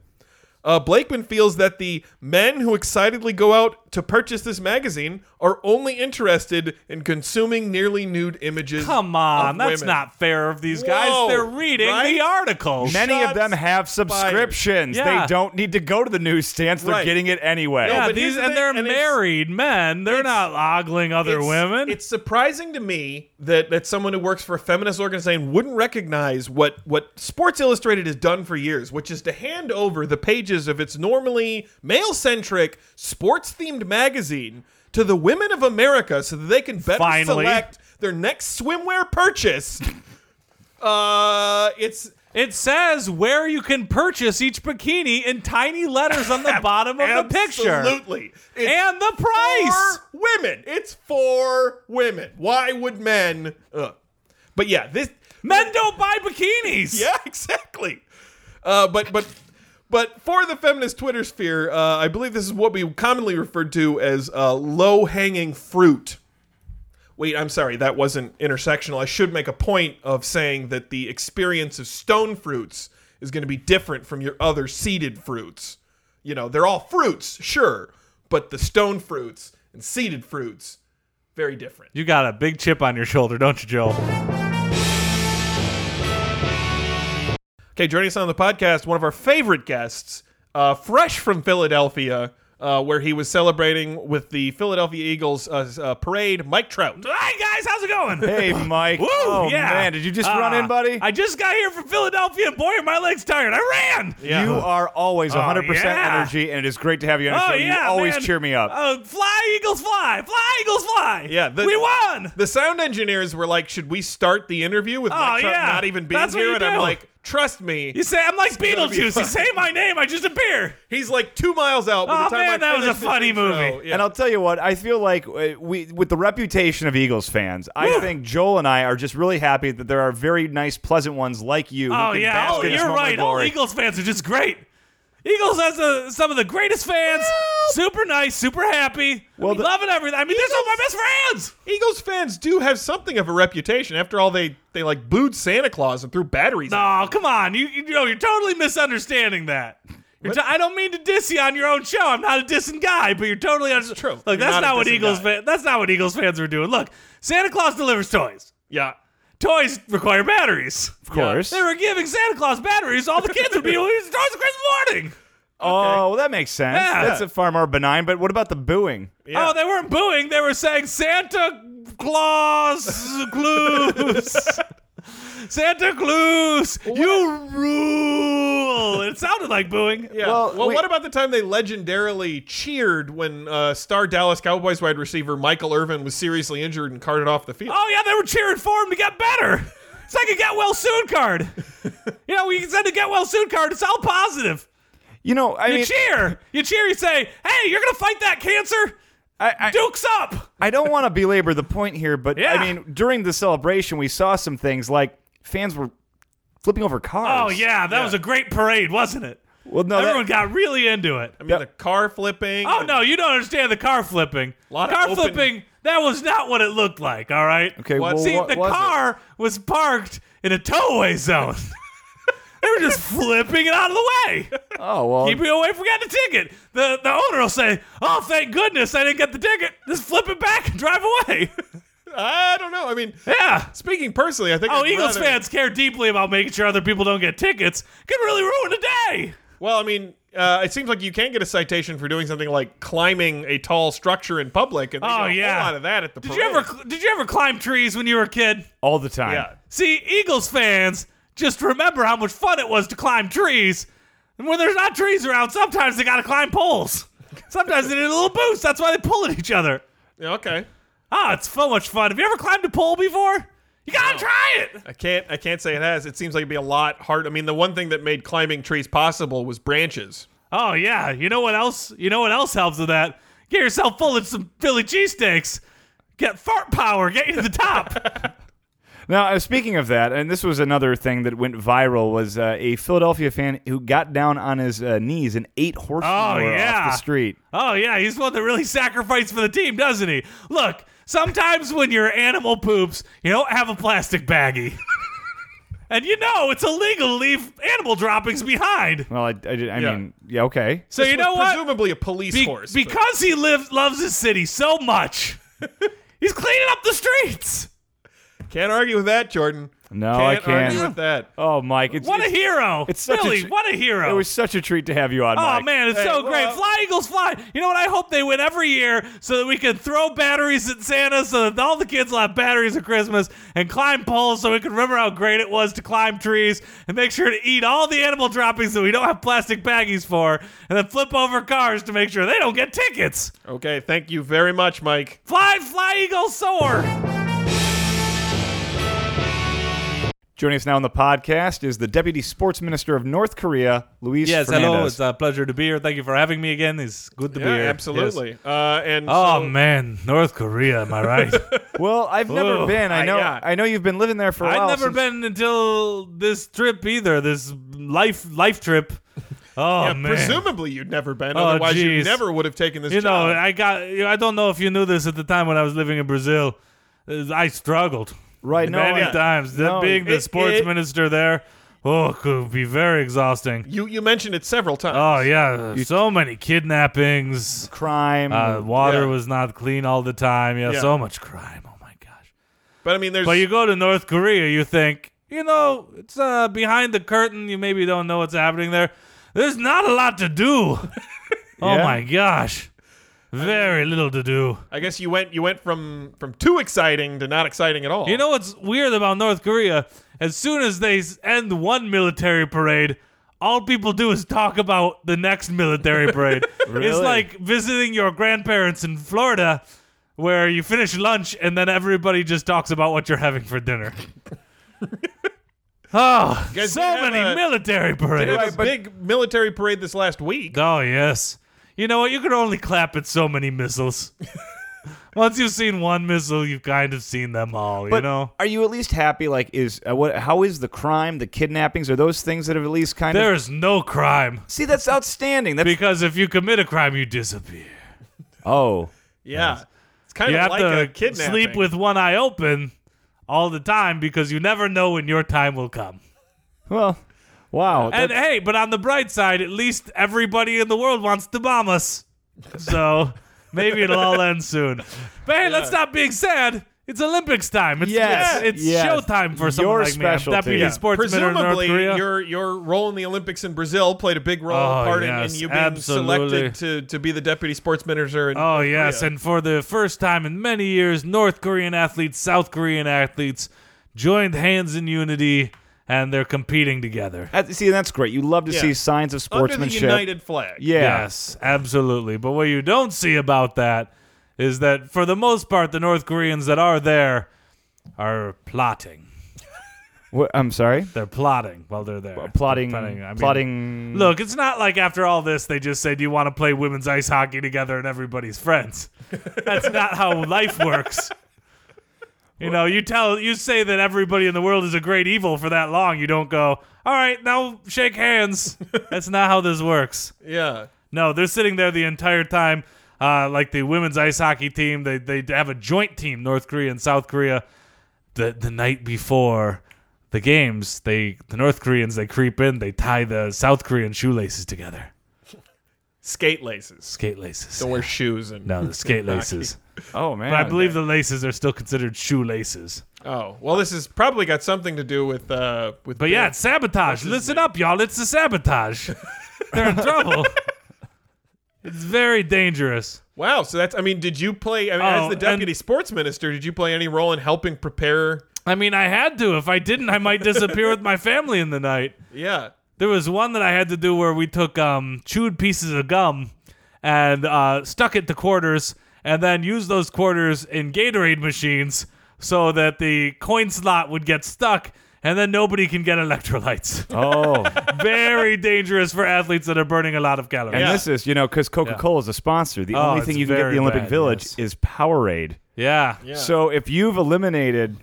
Speaker 1: Uh, Blakeman feels that the men who excitedly go out to purchase this magazine are only interested in consuming nearly nude images.
Speaker 2: Come on,
Speaker 1: of
Speaker 2: that's
Speaker 1: women.
Speaker 2: not fair of these guys.
Speaker 1: Whoa,
Speaker 2: They're reading
Speaker 1: right?
Speaker 2: the articles.
Speaker 3: Many
Speaker 1: Shots
Speaker 3: of them have subscriptions.
Speaker 2: Yeah.
Speaker 3: They don't need to go to the newsstands. They're
Speaker 1: Right.
Speaker 3: getting it anyway.
Speaker 1: No,
Speaker 2: yeah,
Speaker 1: but here's
Speaker 2: these
Speaker 1: the
Speaker 2: and
Speaker 1: thing,
Speaker 2: they're
Speaker 1: and it's-
Speaker 2: married men. They're
Speaker 1: it's-
Speaker 2: not ogling other
Speaker 1: it's-
Speaker 2: women.
Speaker 1: It's surprising to me that that someone who works for a feminist organization wouldn't recognize what what Sports Illustrated has done for years, which is to hand over the pages of its normally male centric sports themed magazine to the women of America so that they can better
Speaker 2: Finally.
Speaker 1: select their next swimwear purchase. uh, it's
Speaker 2: It says where you can purchase each bikini in tiny letters on the bottom of the picture
Speaker 1: absolutely it's
Speaker 2: and the
Speaker 1: for
Speaker 2: price.
Speaker 1: women. It's for women. Why would men? Ugh. But yeah, this
Speaker 2: Men don't buy bikinis.
Speaker 1: Yeah, exactly. Uh, but but but for the feminist Twitter sphere, uh, I believe this is what we commonly referred to as uh, low hanging fruit. Wait, I'm sorry, that wasn't intersectional. I should make a point of saying that the experience of stone fruits is going to be different from your other seeded fruits. You know, they're all fruits, sure, but the stone fruits and seeded fruits, very different.
Speaker 2: You got a big chip on your shoulder, don't you, Joel?
Speaker 1: Okay, joining us on the podcast, one of our favorite guests, uh, fresh from Philadelphia, uh, where he was celebrating with the Philadelphia Eagles uh, uh, parade, Mike Trout.
Speaker 2: Hey guys, how's it going?
Speaker 3: Hey, Mike.
Speaker 2: Woo!
Speaker 3: oh,
Speaker 2: yeah.
Speaker 3: man. Did you just run
Speaker 2: Uh,
Speaker 3: in, buddy?
Speaker 2: I just got here from Philadelphia, and boy, are my legs tired. I ran.
Speaker 3: You are always 100%
Speaker 2: Oh, yeah.
Speaker 3: energy, and it is great to have you on the
Speaker 2: Oh
Speaker 3: show.
Speaker 2: yeah,
Speaker 3: you always
Speaker 2: man.
Speaker 3: cheer me up.
Speaker 2: Oh, fly Eagles, fly! Fly Eagles, fly!
Speaker 1: Yeah, the-
Speaker 2: we won.
Speaker 1: The sound engineers were like, "Should we start the interview with Mike Trout
Speaker 2: Oh, yeah.
Speaker 1: not even being
Speaker 2: That's what
Speaker 1: here?"
Speaker 2: you
Speaker 1: And I'm
Speaker 2: do.
Speaker 1: like, "Trust me."
Speaker 2: You say I'm like
Speaker 1: gonna be
Speaker 2: Beetlejuice.
Speaker 1: fun.
Speaker 2: You say my name, I just appear.
Speaker 1: He's like two miles out. By
Speaker 2: Oh,
Speaker 1: the time
Speaker 2: man,
Speaker 1: I
Speaker 2: that was a
Speaker 1: finish this
Speaker 2: funny
Speaker 1: intro,
Speaker 2: movie.
Speaker 1: yeah.
Speaker 3: And I'll tell you what, I feel like uh, we, with the reputation of Eagles fans, I
Speaker 2: Woo.
Speaker 3: think Joel and I are just really happy that there are very nice, pleasant ones like you. who
Speaker 2: Oh
Speaker 3: can
Speaker 2: yeah,
Speaker 3: bask
Speaker 2: oh
Speaker 3: in this
Speaker 2: you're
Speaker 3: moment of
Speaker 2: right. All
Speaker 3: glory.
Speaker 2: Eagles fans are just great. Eagles has uh some of the greatest fans. super nice, super happy.
Speaker 3: Well, the-
Speaker 2: loving everything. I mean, they're some of my best friends.
Speaker 1: Eagles fans do have something of a reputation. After all, they they like booed Santa Claus and threw batteries. at him.
Speaker 2: No, come on. You, you know, you're totally misunderstanding that. You're t- I don't mean to diss you on your own show. I'm not a dissing guy, but you're totally under-
Speaker 1: true.
Speaker 2: Look,
Speaker 1: You're
Speaker 2: that's
Speaker 1: not
Speaker 2: not,
Speaker 1: a
Speaker 2: what
Speaker 1: dissing
Speaker 2: Eagles
Speaker 1: guy.
Speaker 2: fan, that's not what Eagles fans were doing. Look, Santa Claus delivers toys.
Speaker 1: Yeah.
Speaker 2: Toys require batteries.
Speaker 3: Of course.
Speaker 2: They were giving Santa Claus batteries. All the kids would be able to use the toys on Christmas morning.
Speaker 3: Oh, well, that makes sense.
Speaker 2: Yeah.
Speaker 3: That's a far more benign. But what about the booing?
Speaker 1: Yeah.
Speaker 2: Oh, they weren't booing. They were saying Santa Claus clues. Santa Claus, you rule. It sounded like booing.
Speaker 1: Yeah. Well,
Speaker 3: Well, we-
Speaker 1: what about the time they legendarily cheered when uh, star Dallas Cowboys wide receiver Michael Irvin was seriously injured and carted off the field?
Speaker 2: Oh yeah, they were cheering for him to get better. It's like a get well soon card. you know, we send a get well soon card. It's all positive.
Speaker 3: You know, I
Speaker 2: You
Speaker 3: mean,
Speaker 2: cheer. You cheer. You say, "Hey, you're gonna fight that cancer.
Speaker 3: I, I,
Speaker 2: Duke's up."
Speaker 3: I don't want to belabor the point here, but
Speaker 2: Yeah.
Speaker 3: I mean, during the celebration, we saw some things like fans were flipping over
Speaker 2: Oh
Speaker 3: cars.
Speaker 2: yeah, that was a great parade, wasn't it?
Speaker 3: Well, no, that-
Speaker 2: Everyone got really into it.
Speaker 1: I mean, the car flipping.
Speaker 2: Oh
Speaker 1: and-
Speaker 2: no, you don't understand the car flipping.
Speaker 1: Lot of
Speaker 2: car
Speaker 1: open-
Speaker 2: flipping. That was not what it looked like. All right.
Speaker 3: Okay, well,
Speaker 2: See,
Speaker 3: what
Speaker 2: the
Speaker 3: was it?
Speaker 2: car was parked in a towaway zone. they were just flipping it out of the way.
Speaker 3: Oh well.
Speaker 2: Keep me away from getting a ticket. The the owner will say, "Oh, thank goodness I didn't get the ticket. Just flip it back and drive away."
Speaker 1: I don't know. I mean,
Speaker 2: yeah.
Speaker 1: speaking personally, I think.
Speaker 2: Oh,
Speaker 1: I'd
Speaker 2: Eagles
Speaker 1: rather-
Speaker 2: fans care deeply about making sure other people don't get tickets. Could really ruin a day.
Speaker 1: Well, I mean, uh, it seems like you can get a citation for doing something like climbing a tall structure in public, and they
Speaker 2: Oh,
Speaker 1: got a
Speaker 2: yeah.
Speaker 1: whole lot of that at the.
Speaker 2: Did
Speaker 1: parade.
Speaker 2: you ever cl- did you ever climb trees when you were a kid?
Speaker 3: all the time.
Speaker 1: Yeah.
Speaker 2: See, Eagles fans just remember how much fun it was to climb trees. And when there's not trees around, sometimes they got to climb poles. Sometimes they need a little boost. That's why they pull at each other.
Speaker 1: Yeah, okay.
Speaker 2: Ah, it's so much fun. Have you ever climbed a pole before? You got to try it.
Speaker 1: I can't. I can't say it has. It seems like it'd be a lot hard. I mean, the one thing that made climbing trees possible was branches.
Speaker 2: Oh yeah, you know what else? You know what else helps with that? Get yourself full of some Philly cheesesteaks. Get fart power. Get you to the top.
Speaker 3: Now, uh, speaking of that, and this was another thing that went viral was uh, a Philadelphia fan who got down on his uh, knees and ate horsepower
Speaker 2: yeah.
Speaker 3: off the street.
Speaker 2: oh, yeah. He's the one that really sacrificed for the team, doesn't he? Look, sometimes when your animal poops, you don't have a plastic baggie. and you know it's illegal to leave animal droppings behind.
Speaker 3: Well, I, I, did- I
Speaker 1: Yeah.
Speaker 3: mean, yeah, okay.
Speaker 2: So
Speaker 1: This
Speaker 2: you
Speaker 1: was
Speaker 2: know what?
Speaker 1: Presumably a police
Speaker 2: Be-
Speaker 1: horse. but-
Speaker 2: because he lives loves his city so much. he's cleaning up the streets.
Speaker 1: can't argue with that, Jordan.
Speaker 3: No,
Speaker 1: can't
Speaker 3: I can't.
Speaker 1: argue with that.
Speaker 3: Oh, Mike, it's,
Speaker 2: What a
Speaker 3: it's-
Speaker 2: hero!
Speaker 3: it's such a
Speaker 2: Really,
Speaker 3: tr-
Speaker 2: what a hero!
Speaker 3: it was such a treat to have you on,
Speaker 2: oh
Speaker 3: Mike.
Speaker 2: man, it's
Speaker 1: Hey,
Speaker 2: so
Speaker 1: well-
Speaker 2: great! Fly Eagles fly! You know what? I hope they win every year so that we can throw batteries at Santa, so that all the kids will have batteries at Christmas, and climb poles so we can remember how great it was to climb trees, and make sure to eat all the animal droppings that we don't have plastic baggies for, and then flip over cars to make sure they don't get tickets.
Speaker 1: Okay, thank you very much, Mike.
Speaker 2: Fly, fly, eagle, soar!
Speaker 3: Joining us now on the podcast is the Deputy Sports Minister of North Korea, Luis
Speaker 2: Yes, hello.
Speaker 3: Fernandez.
Speaker 2: It's a pleasure to be here. Thank you for having me again. It's good to
Speaker 1: Yeah,
Speaker 2: be here.
Speaker 1: absolutely.
Speaker 2: Yes.
Speaker 1: Uh, and
Speaker 2: Oh
Speaker 1: so-
Speaker 2: man, North Korea. Am I right?
Speaker 3: Well, I've never
Speaker 2: Ooh,
Speaker 3: been. I
Speaker 1: I-
Speaker 3: know.
Speaker 1: yeah.
Speaker 3: I know you've been living there for a
Speaker 2: I've
Speaker 3: while.
Speaker 2: never
Speaker 3: since-
Speaker 2: been until this trip either. This life life trip. Oh
Speaker 1: Yeah,
Speaker 2: man.
Speaker 1: presumably you'd never been.
Speaker 2: Oh,
Speaker 1: Otherwise, you
Speaker 2: geez.
Speaker 1: never would have taken this
Speaker 2: you know,
Speaker 1: job.
Speaker 2: I got. you know, I don't know if you knew this at the time when I was living in Brazil. Uh, I struggled
Speaker 3: Right, no,
Speaker 2: many
Speaker 3: I-
Speaker 2: times.
Speaker 3: no,
Speaker 2: being the
Speaker 1: it-
Speaker 2: sports
Speaker 1: it-
Speaker 2: minister there, oh, it could be very exhausting.
Speaker 1: you you mentioned it several times.
Speaker 2: Oh yeah, so many kidnappings.
Speaker 3: crime.
Speaker 2: Uh, water
Speaker 1: Yeah.
Speaker 2: was not clean all the time. Yeah,
Speaker 1: Yeah.
Speaker 2: so much crime. Oh my gosh.
Speaker 1: but I mean, there's
Speaker 2: But you go to North Korea, you think, you know, it's uh, behind the curtain. You maybe don't know what's happening there. There's not a lot to do. oh
Speaker 3: Yeah.
Speaker 2: my gosh. Very little to do.
Speaker 1: I guess you went you went from from too exciting to not exciting at all.
Speaker 2: You know what's weird about North Korea? As soon as they s- end one military parade, all people do is talk about the next military parade. It's
Speaker 3: Really?
Speaker 2: like visiting your grandparents in Florida where you finish lunch and then everybody just talks about what you're having for dinner. oh,
Speaker 1: guys
Speaker 2: so
Speaker 1: did have
Speaker 2: many
Speaker 1: a-
Speaker 2: military
Speaker 1: They had
Speaker 2: parades.
Speaker 1: a big military parade this last week.
Speaker 2: Oh, yes. You know what? You can only clap at so many missiles. Once you've seen one missile, you've kind of seen them all, you
Speaker 3: but
Speaker 2: know?
Speaker 3: are you at least happy? Like, is uh, what? How is the crime? The kidnappings? Are those things that have at least kind of?
Speaker 2: There is no crime.
Speaker 3: See, that's outstanding. That's
Speaker 2: Because if you commit a crime, you disappear.
Speaker 3: oh,
Speaker 1: Yeah, it's kind
Speaker 2: You
Speaker 1: of
Speaker 2: have
Speaker 1: like a
Speaker 2: to
Speaker 1: kidnapping.
Speaker 2: sleep with one eye open all the time because you never know when your time will come.
Speaker 3: well, wow.
Speaker 2: And
Speaker 3: that-
Speaker 2: hey, but on the bright side, at least everybody in the world wants to bomb us. So maybe it'll all end soon. But hey, let's stop being sad. It's Olympics time. It's,
Speaker 3: Yes,
Speaker 2: it's, it's
Speaker 3: yes.
Speaker 2: showtime for someone
Speaker 3: Your
Speaker 2: like me. I'm
Speaker 3: specialty.
Speaker 2: Deputy
Speaker 3: Yeah.
Speaker 2: sports
Speaker 1: Presumably,
Speaker 2: minister of North Korea.
Speaker 1: your your role in the Olympics in Brazil played a big role
Speaker 2: Oh,
Speaker 1: part
Speaker 2: yes,
Speaker 1: in, in you being
Speaker 2: absolutely.
Speaker 1: selected to, to be the deputy sports minister. In
Speaker 2: Oh
Speaker 1: North
Speaker 2: yes,
Speaker 1: Korea.
Speaker 2: and for the first time in many years, North Korean athletes, South Korean athletes joined hands in unity and they're competing together.
Speaker 3: That- see, that's great. You love to
Speaker 1: Yeah.
Speaker 3: see signs of
Speaker 1: under the
Speaker 3: sportsmanship.
Speaker 1: United flag.
Speaker 3: yeah.
Speaker 2: Yes, absolutely. But what you don't see about that is that for the most part the North Koreans that are there are plotting.
Speaker 3: What, I'm sorry.
Speaker 2: They're plotting while they're there.
Speaker 3: Plotting.
Speaker 2: I mean-
Speaker 3: plotting.
Speaker 2: Look, it's not like after all this they just say, "Do you want to play women's ice hockey together?" and everybody's friends. That's not how life works. You know, you tell, you say that everybody in the world is a great evil for that long. You don't go, "All right, now shake hands." That's not how this works.
Speaker 1: yeah.
Speaker 2: No, they're sitting there the entire time. Uh, like the women's ice hockey team, they they have a joint team, North Korea and South Korea. The the night before the games, they the North Koreans they creep in, they tie the South Korean shoelaces together,
Speaker 1: Skate laces.
Speaker 2: skate laces.
Speaker 1: Don't wear shoes and
Speaker 2: No, the skate laces.
Speaker 3: Oh man.
Speaker 2: But I believe the laces are still considered shoelaces.
Speaker 1: Oh well, this has probably got something to do with uh with.
Speaker 2: But yeah, it's sabotage. Listen up, y'all. It's the sabotage. They're in trouble. It's very dangerous.
Speaker 1: wow. So that's I mean, did you play? I mean,
Speaker 2: Oh,
Speaker 1: as the deputy sports minister, did you play any role in helping prepare?
Speaker 2: I mean, I had to. If I didn't, I might disappear with my family in the night.
Speaker 1: Yeah.
Speaker 2: There was one that I had to do where we took um, chewed pieces of gum and uh, stuck it to quarters and then used those quarters in Gatorade machines so that the coin slot would get stuck and then nobody can get electrolytes.
Speaker 3: Oh,
Speaker 2: Very dangerous for athletes that are burning a lot of calories.
Speaker 3: and
Speaker 1: Yeah.
Speaker 3: this is you know because Coca Cola is a sponsor. The only
Speaker 2: Oh, it's
Speaker 3: thing you can get at
Speaker 2: very
Speaker 3: the Olympic
Speaker 2: bad,
Speaker 3: Village
Speaker 2: yes.
Speaker 3: is Powerade.
Speaker 2: Yeah.
Speaker 1: Yeah.
Speaker 3: So if you've eliminated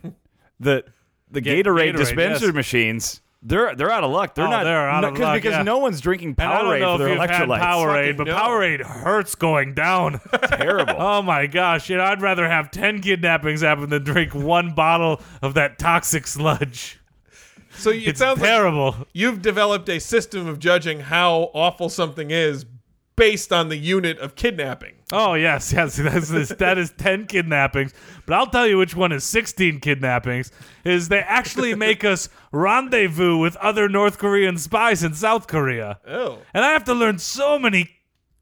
Speaker 3: the the Gatorade,
Speaker 2: Gatorade,
Speaker 3: dispenser
Speaker 2: yes.
Speaker 3: machines, they're they're out of luck. They're
Speaker 2: Oh,
Speaker 3: not
Speaker 2: they're out
Speaker 3: no,
Speaker 2: of
Speaker 3: 'cause-
Speaker 2: luck,
Speaker 3: because
Speaker 2: yeah.
Speaker 3: no one's drinking
Speaker 2: And I don't
Speaker 3: Powerade
Speaker 2: know
Speaker 3: for
Speaker 2: if
Speaker 3: their
Speaker 2: you've had
Speaker 3: electrolytes.
Speaker 2: Powerade, but
Speaker 1: no.
Speaker 2: Powerade hurts going down.
Speaker 3: Terrible.
Speaker 2: Oh my gosh, you know, I'd rather have 10 kidnappings happen than drink one bottle of that toxic sludge.
Speaker 1: So it
Speaker 2: It's
Speaker 1: sounds like
Speaker 2: terrible.
Speaker 1: you've developed a system of judging how awful something is based on the unit of kidnapping.
Speaker 2: Oh, yes, yes. That's, that's, that is 10 kidnappings. But I'll tell you which one is 16 kidnappings, is they actually make us rendezvous with other North Korean spies in South Korea.
Speaker 1: Oh.
Speaker 2: And I have to learn so many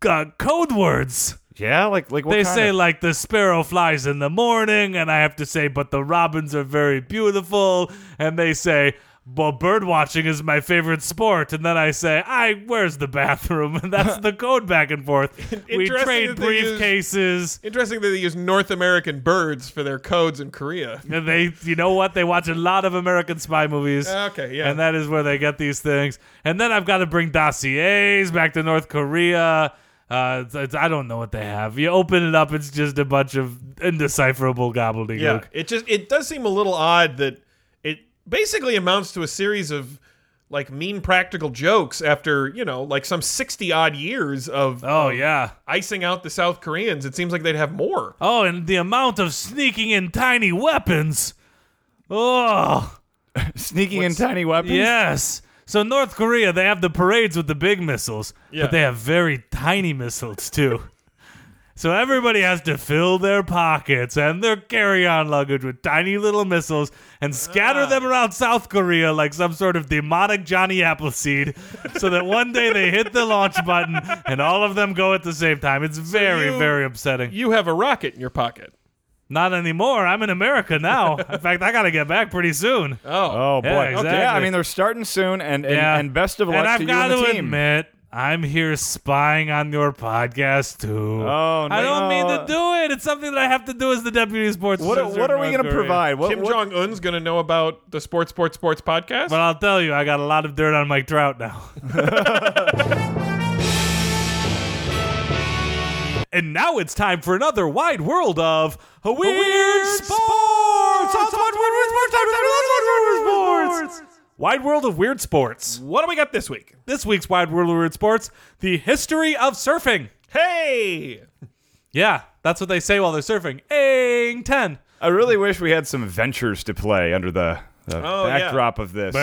Speaker 2: uh, code words.
Speaker 3: yeah, like like what
Speaker 2: They
Speaker 3: kind
Speaker 2: say
Speaker 3: of-
Speaker 2: like the sparrow flies in the morning, and I have to say, but the robins are very beautiful. And they say, well, bird watching is my favorite sport. And then I say, I where's the bathroom? And that's the code back and forth. we
Speaker 1: Interesting
Speaker 2: trade
Speaker 1: that they use-
Speaker 2: briefcases.
Speaker 1: Interesting that they use North American birds for their codes in Korea.
Speaker 2: And they, you know what? They watch a lot of American spy movies.
Speaker 1: Okay, Uh, yeah.
Speaker 2: And that is where they get these things. And then I've got to bring dossiers back to North Korea. Uh, it's, it's- I don't know what they have. You open it up, it's just a bunch of indecipherable gobbledygook.
Speaker 1: Yeah, it just it does seem a little odd that it basically amounts to a series of like mean practical jokes after you know like some sixty odd years of
Speaker 2: Oh yeah.
Speaker 1: icing out the South Koreans. It seems like they'd have more.
Speaker 2: Oh, and the amount of sneaking in tiny weapons. Oh
Speaker 3: sneaking in tiny weapons.
Speaker 2: yes. So North Korea, they have the parades with the big missiles,
Speaker 1: Yeah.
Speaker 2: but they have very tiny missiles too. so everybody has to fill their pockets and their carry-on luggage with tiny little missiles and
Speaker 1: Ah.
Speaker 2: scatter them around South Korea like some sort of demonic Johnny Appleseed, so that one day they hit the launch button and all of them go at the same time. It's very,
Speaker 1: you-
Speaker 2: very upsetting.
Speaker 1: You have a rocket in your pocket.
Speaker 2: Not anymore. I'm in America now. in fact, I got to get back pretty soon.
Speaker 1: Oh,
Speaker 3: Oh boy.
Speaker 2: Yeah,
Speaker 3: Okay, Yeah, I
Speaker 2: exactly.
Speaker 3: mean they're starting soon, and and,
Speaker 2: Yeah.
Speaker 3: and best of luck
Speaker 2: And I've
Speaker 3: to you
Speaker 2: got
Speaker 3: and the
Speaker 2: to
Speaker 3: team.
Speaker 2: admit, I'm here spying on your podcast too.
Speaker 3: Oh,
Speaker 2: I don't
Speaker 3: no.
Speaker 2: mean to do it. It's something that I have to do as the deputy sports.
Speaker 3: What,
Speaker 2: officer
Speaker 3: what
Speaker 2: in
Speaker 3: are we
Speaker 2: North
Speaker 3: going to
Speaker 2: Korea.
Speaker 3: provide? What,
Speaker 1: Kim
Speaker 3: what-
Speaker 1: Jong Un's gonna know about the sports, sports, sports podcast.
Speaker 2: But I'll tell you, I got a lot of dirt on Mike Trout now. and now it's time for another wide world of weird, sports. Sports, sports, sports, sports, sports, sports, sports. Wide world of weird sports.
Speaker 1: what do we got this week?
Speaker 2: This week's wide world of weird sports: the history of surfing.
Speaker 1: Hey,
Speaker 2: Yeah, that's what they say while they're surfing. Aang ten.
Speaker 3: I really wish we had some ventures to play under the, the
Speaker 1: Oh, yeah.
Speaker 3: backdrop of this.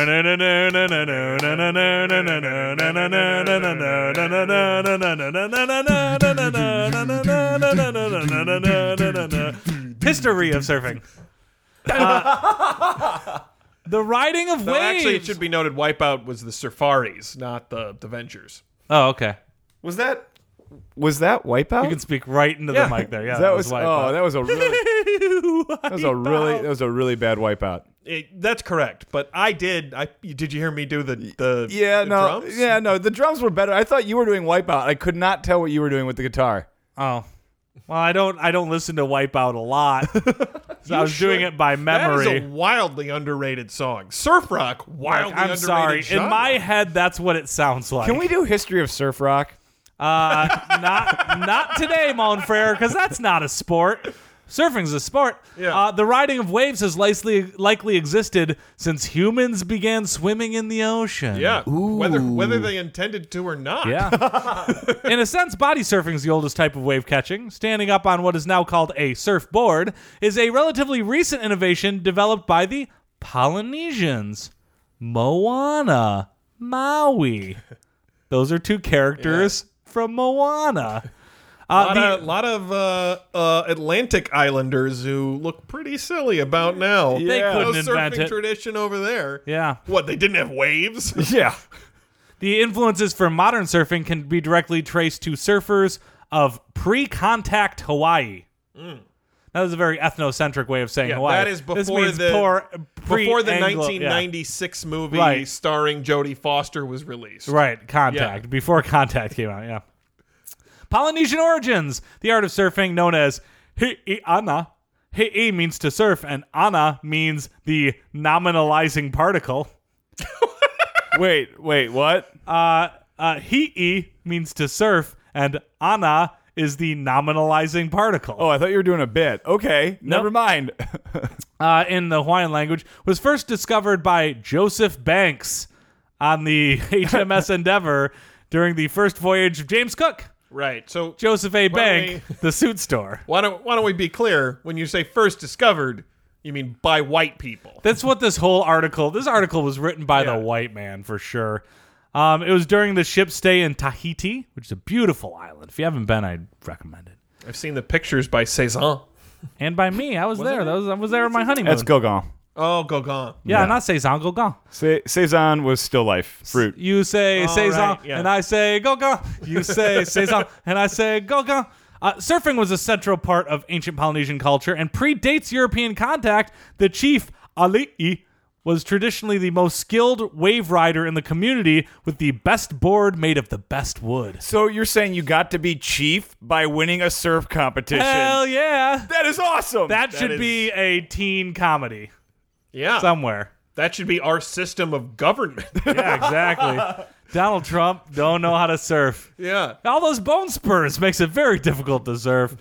Speaker 2: History of surfing. Uh, the riding of waves.
Speaker 1: well, actually, it should be noted, Wipeout was the Safaris, not the the Ventures.
Speaker 2: Oh, okay.
Speaker 3: Was that was that Wipeout?
Speaker 2: You can speak right into the
Speaker 1: Yeah.
Speaker 2: mic there. Yeah,
Speaker 3: that was,
Speaker 2: wide,
Speaker 3: oh,
Speaker 2: but-
Speaker 3: that was a really that was a really that was a really bad Wipeout.
Speaker 1: It, that's correct, but I did. I did you hear me do the the
Speaker 3: Yeah,
Speaker 1: the
Speaker 3: no,
Speaker 1: drums?
Speaker 3: yeah, no. The drums were better. I thought you were doing Wipeout. I could not tell what you were doing with the guitar.
Speaker 2: Oh. Well, I don't. I don't listen to Wipeout a lot. so I was doing
Speaker 1: should.
Speaker 2: it by memory.
Speaker 1: That is a wildly underrated song. Surf rock, wildly
Speaker 2: I'm
Speaker 1: underrated.
Speaker 2: sorry.
Speaker 1: genre.
Speaker 2: In my head, that's what it sounds like.
Speaker 3: Can we do history of surf rock?
Speaker 2: Uh, not not today, Monfrere, because that's not a sport. Surfing's a sport.
Speaker 1: Yeah.
Speaker 2: Uh, the riding of waves has likely likely existed since humans began swimming in the ocean.
Speaker 1: yeah, whether whether they intended to or not.
Speaker 2: Yeah. In a sense, body surfing is the oldest type of wave catching. Standing up on what is now called a surfboard is a relatively recent innovation developed by the Polynesians. Moana, Maui. Those are two characters from Moana.
Speaker 1: a
Speaker 2: Uh,
Speaker 1: lot,
Speaker 2: the-
Speaker 1: of, lot of uh, uh, Atlantic Islanders who look pretty silly about now.
Speaker 2: they
Speaker 1: No
Speaker 3: Yeah.
Speaker 2: couldn't invent
Speaker 1: surfing
Speaker 2: it.
Speaker 1: tradition over there.
Speaker 2: yeah.
Speaker 1: What they didn't have waves.
Speaker 3: Yeah.
Speaker 2: The influences for modern surfing can be directly traced to surfers of pre contact Hawaii. That is a very ethnocentric way of saying
Speaker 1: Mm. Yeah,
Speaker 2: Hawaii.
Speaker 1: that is
Speaker 2: This
Speaker 1: before
Speaker 2: means
Speaker 1: the
Speaker 2: poor, pre-
Speaker 1: before the
Speaker 2: Anglo-
Speaker 1: 1996 movie
Speaker 2: Right.
Speaker 1: starring Jodie Foster was released.
Speaker 2: yeah. Right, contact. Before contact came out, yeah. Polynesian origins. The art of surfing, known as hi'ana, He'i means to surf, and ana means the nominalizing particle.
Speaker 3: wait, wait, what?
Speaker 2: Uh, uh, he'i means to surf, and ana is the nominalizing particle.
Speaker 3: Oh, I thought you were doing a bit. Okay, never mind.
Speaker 2: uh, in the Hawaiian language was first discovered by Joseph Banks on the HMS Endeavour during the first voyage of James Cook.
Speaker 1: Right. So
Speaker 2: Joseph
Speaker 1: Why
Speaker 2: A.
Speaker 1: don't
Speaker 2: Bank, the suit store.
Speaker 1: why don't why don't we be clear? When you say first discovered, you mean by white people.
Speaker 2: That's what this whole article. This article was written by
Speaker 1: Yeah.
Speaker 2: the white man for sure. Um, it was during the ship's stay in Tahiti, which is a beautiful island. If you haven't been, I'd recommend it.
Speaker 1: I've seen the pictures by Cezanne.
Speaker 2: And by me, I was there. That was, I was there on my honeymoon.
Speaker 3: That's Gogon.
Speaker 1: Oh, Gauguin.
Speaker 2: Yeah, and I say zango gong.
Speaker 3: Se- Cezanne was still life fruit.
Speaker 2: You say
Speaker 1: All
Speaker 2: saison,
Speaker 1: right, yeah.
Speaker 2: and I say go go. You say saison, and I say go go. Uh, surfing was a central part of ancient Polynesian culture and predates European contact. The chief Ali'i was traditionally the most skilled wave rider in the community, with the best board made of the best wood.
Speaker 3: So you're saying you got to be chief by winning a surf competition?
Speaker 2: Hell yeah!
Speaker 3: that is awesome.
Speaker 2: That, should
Speaker 1: is-
Speaker 2: be a teen comedy
Speaker 1: Yeah.
Speaker 2: somewhere.
Speaker 1: that should be our system of government.
Speaker 2: Yeah, exactly. Donald Trump don't know how to surf.
Speaker 1: yeah.
Speaker 2: All those bone spurs makes it very difficult to surf.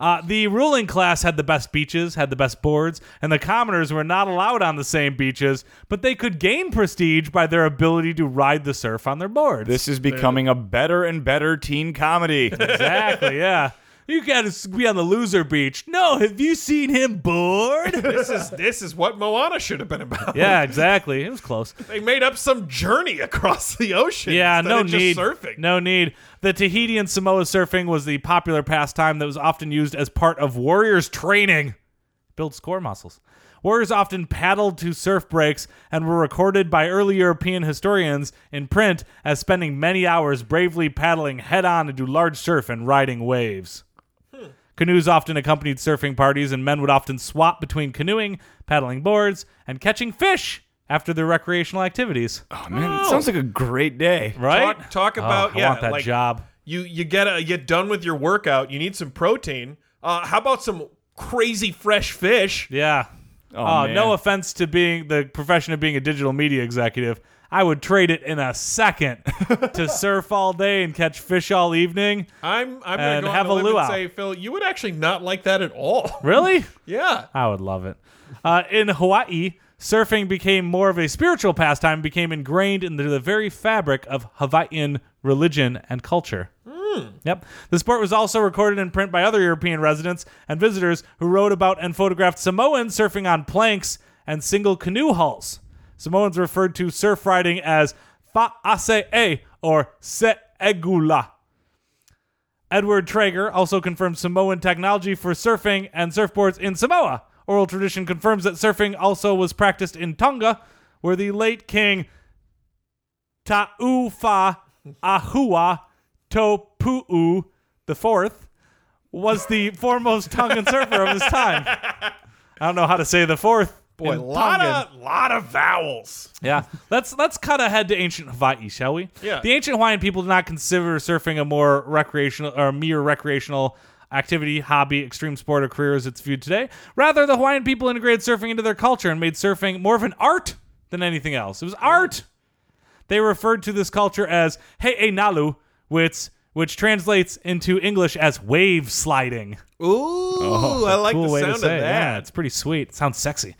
Speaker 2: Uh, the ruling class had the best beaches, had the best boards, and the commoners were not allowed on the same beaches, but they could gain prestige by their ability to ride the surf on their boards.
Speaker 3: this is becoming a better and better teen comedy.
Speaker 2: exactly, yeah. You gotta s- be on the loser beach. No, have you seen him board?
Speaker 1: This is this is what Moana should have been about.
Speaker 2: yeah, exactly. It was close.
Speaker 1: They made up some journey across the ocean.
Speaker 2: Yeah,
Speaker 1: instead
Speaker 2: no
Speaker 1: of just
Speaker 2: need.
Speaker 1: surfing.
Speaker 2: No need. The Tahiti and Samoa surfing was the popular pastime that was often used as part of warriors' training. Builds core muscles. Warriors often paddled to surf breaks and were recorded by early European historians in print as spending many hours bravely paddling head on into large surf and riding waves. Canoes often accompanied surfing parties, and men would often swap between canoeing, paddling boards, and catching fish after their recreational activities.
Speaker 3: Oh, man, it sounds like a great day.
Speaker 2: Right?
Speaker 1: Talk, talk
Speaker 2: Oh,
Speaker 1: about
Speaker 2: I
Speaker 1: yeah,
Speaker 2: want that
Speaker 1: like
Speaker 2: job.
Speaker 1: you you get a, you done with your workout. You need some protein. Uh, how about some crazy fresh fish?
Speaker 2: Yeah.
Speaker 3: Oh,
Speaker 2: Uh,
Speaker 3: man.
Speaker 2: no offense to being the profession of being a digital media executive. I would trade it in a second to surf all day and catch fish all evening.
Speaker 1: I'm I'm gonna
Speaker 2: And
Speaker 1: go
Speaker 2: have
Speaker 1: on a
Speaker 2: a
Speaker 1: limb
Speaker 2: luau.
Speaker 1: and say, Phil, you would actually not like that at all.
Speaker 2: Really?
Speaker 1: yeah.
Speaker 2: I would love it. Uh, in Hawaii, surfing became more of a spiritual pastime, became ingrained into the very fabric of Hawaiian religion and culture. Yep. The sport was also recorded in print by other European residents and visitors who wrote about and photographed Samoans surfing on planks and single canoe hulls. Samoans referred to surf riding as fa'ase'e or se'egula. Edward Traeger also confirmed Samoan technology for surfing and surfboards in Samoa. Oral tradition confirms that surfing also was practiced in Tonga, where the late king Taufa Ahua Topuu IV was the foremost Tongan surfer of his time. I don't know how to say the fourth.
Speaker 1: Boy,
Speaker 2: in
Speaker 1: lot
Speaker 2: Tongan.
Speaker 1: of lot of vowels.
Speaker 2: Yeah, let's let's cut ahead to ancient Hawaii, shall we?
Speaker 1: Yeah.
Speaker 2: The ancient Hawaiian people did not consider surfing a more recreational or mere recreational activity, hobby, extreme sport, or career as it's viewed today. Rather, the Hawaiian people integrated surfing into their culture and made surfing more of an art than anything else. It was art. They referred to this culture as he'enalu, which which translates into English as wave sliding
Speaker 1: Ooh, I like
Speaker 2: Oh, cool
Speaker 1: the
Speaker 2: way
Speaker 1: sound
Speaker 2: to say
Speaker 1: of
Speaker 2: it.
Speaker 1: that.
Speaker 2: Yeah, it's pretty sweet. It sounds sexy.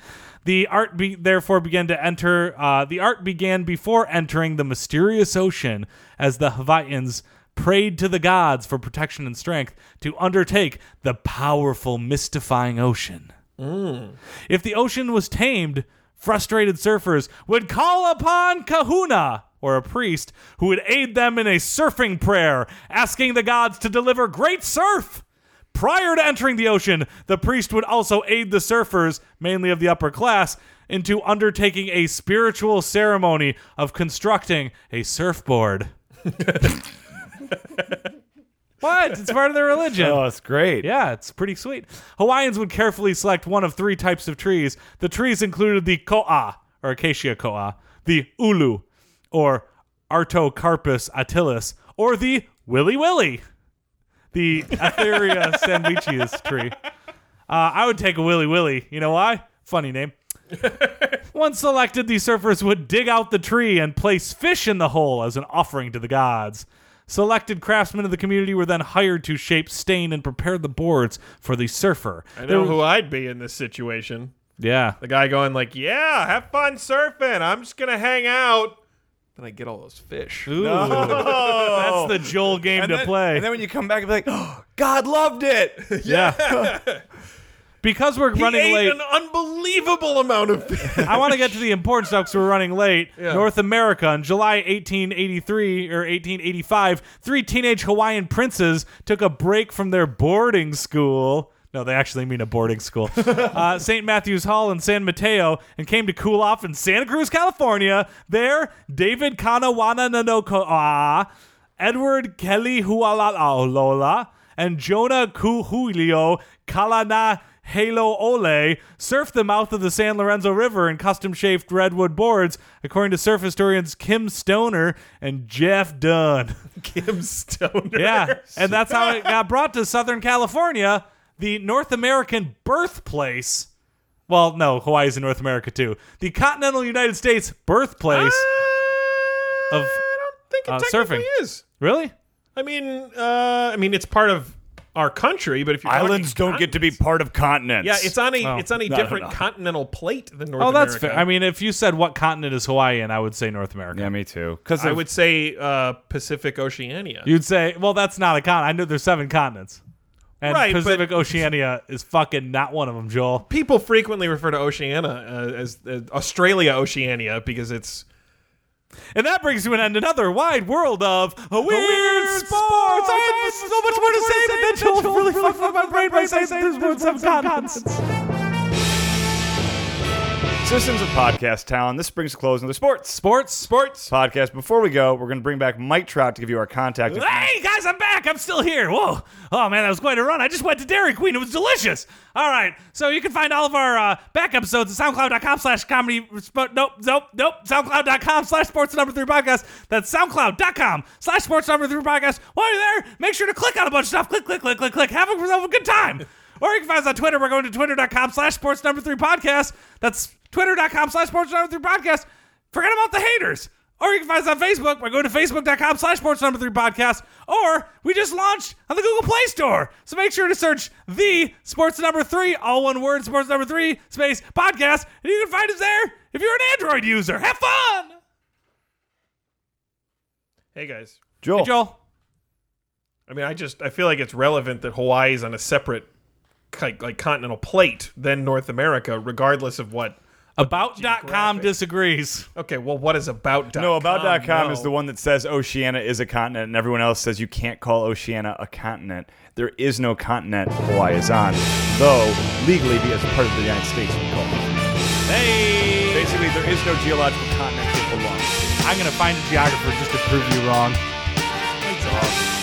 Speaker 2: The art be- therefore began to enter. Uh, the art began before entering the mysterious ocean, as the Hawaiians prayed to the gods for protection and strength to undertake the powerful, mystifying ocean. If the ocean was tamed, frustrated surfers would call upon kahuna or a priest who would aid them in a surfing prayer, asking the gods to deliver great surf. Prior to entering the ocean, the priest would also aid the surfers, mainly of the upper class, into undertaking a spiritual ceremony of constructing a surfboard. what? It's part of their religion.
Speaker 3: Oh, it's great.
Speaker 2: Yeah, it's pretty sweet. Hawaiians would carefully select one of three types of trees. The trees included the koa, or acacia koa, the ulu, or Artocarpus attilis, or the willy willy, the Atheria sandwichius tree. Uh, I would take a Willy Willy. You know why? Funny name. Once selected, the surfers would dig out the tree and place fish in the hole as an offering to the gods. Selected craftsmen of the community were then hired to shape, stain, and prepare the boards for the surfer.
Speaker 1: I know who I'd be in this situation.
Speaker 2: Yeah.
Speaker 1: The guy going like, "Yeah, have fun surfing. I'm just gonna hang out." Then I get all those fish.
Speaker 2: Ooh.
Speaker 1: Oh.
Speaker 2: That's the Joel game to
Speaker 3: then,
Speaker 2: play.
Speaker 3: and then when you come back and be like, oh, God loved it.
Speaker 2: yeah. because we're
Speaker 1: He
Speaker 2: running
Speaker 1: ate
Speaker 2: late.
Speaker 1: an unbelievable amount of fish.
Speaker 2: I want to get to the important stuff because we're running late.
Speaker 1: Yeah.
Speaker 2: North America in July 1883 or 1885, three teenage Hawaiian princes took a break from their boarding school. No, they actually mean a boarding school. uh, St. Matthew's Hall in San Mateo and came to cool off in Santa Cruz, California. There, David Kanawana Nanokoa, Edward Kelly Hualalaolola, and Jonah Kuhulio Kalana Halo Ole surfed the mouth of the San Lorenzo River in custom shaped redwood boards, according to surf historians Kim Stoner and Jeff Dunn.
Speaker 1: Kim Stoner.
Speaker 2: Yeah. And that's how it got brought to Southern California, the North American birthplace. Well, no, Hawaii's in North America too. The continental United States birthplace.
Speaker 1: Uh,
Speaker 2: Of-
Speaker 1: I don't think it
Speaker 2: uh,
Speaker 1: technically
Speaker 2: surfing.
Speaker 1: is.
Speaker 2: Really?
Speaker 1: I mean, uh, I mean, it's part of our country, but if you're
Speaker 3: Islands
Speaker 1: talking
Speaker 3: don't get to be
Speaker 1: continents-
Speaker 3: part of continents.
Speaker 1: Yeah, it's on a
Speaker 2: Oh.
Speaker 1: it's on a
Speaker 3: No, no,
Speaker 1: different
Speaker 3: no.
Speaker 1: continental plate than North
Speaker 2: Oh,
Speaker 1: America.
Speaker 2: that's fair. I mean, if you said what continent is Hawaii in, I would say North America.
Speaker 3: Yeah, me too. Because
Speaker 1: I would say uh, Pacific Oceania.
Speaker 2: You'd say, well, that's not a continent. I know there's seven continents. And
Speaker 1: Right, but-
Speaker 2: Pacific Oceania is fucking not one of them, Joel.
Speaker 1: People frequently refer to Oceania uh, as uh, Australia Oceania because it's
Speaker 2: And that brings to an end another wide world of a weird, sports. I have so much more to say, but then Joel really fucked up my brain by saying there's more than seven continents.
Speaker 3: Citizens of Podcast Town, this brings a close another sports
Speaker 2: Sports.
Speaker 1: sports.
Speaker 3: podcast. Before we go, we're going to bring back Mike Trout to give you our contact. information.
Speaker 2: Hey guys, I'm back. I'm still here. Whoa. Oh man, that was quite a run. I just went to Dairy Queen. It was delicious. All right. So you can find all of our uh, back episodes at soundcloud.com slash comedy. spo- Nope, nope, nope. Soundcloud.com slash sports number three podcast. That's soundcloud.com slash sports number three podcast. While you're there, make sure to click on a bunch of stuff. Click, click, click, click, click. Have yourself a good time. Or you can find us on Twitter. We're going to twitter.com slash sports number three podcast. That's twitter.com slash sports number three podcast. Forget about the haters. Or you can find us on Facebook by going to facebook.com slash sports number three podcast. Or we just launched on the Google Play Store. So make sure to search the sports number three, all one word, sports number three, space podcast. And you can find us there if you're an Android user. Have fun.
Speaker 1: Hey guys,
Speaker 3: Joel.
Speaker 2: Hey, Joel.
Speaker 1: I mean, I just I feel like it's relevant that Hawaii is on a separate like, like continental plate than North America, regardless of what.
Speaker 2: About.com disagrees.
Speaker 1: Okay, well, what is about
Speaker 3: No, about.com
Speaker 1: Oh, no.
Speaker 3: is the one that says Oceania is a continent, and everyone else says you can't call Oceania a continent. There is no continent Hawaii is on, though legally, as part of the United States, we call it.
Speaker 2: Hey.
Speaker 3: Basically, there is no geological continent that belongs.
Speaker 2: I'm going to find a geographer just to prove you wrong.
Speaker 3: It's awesome.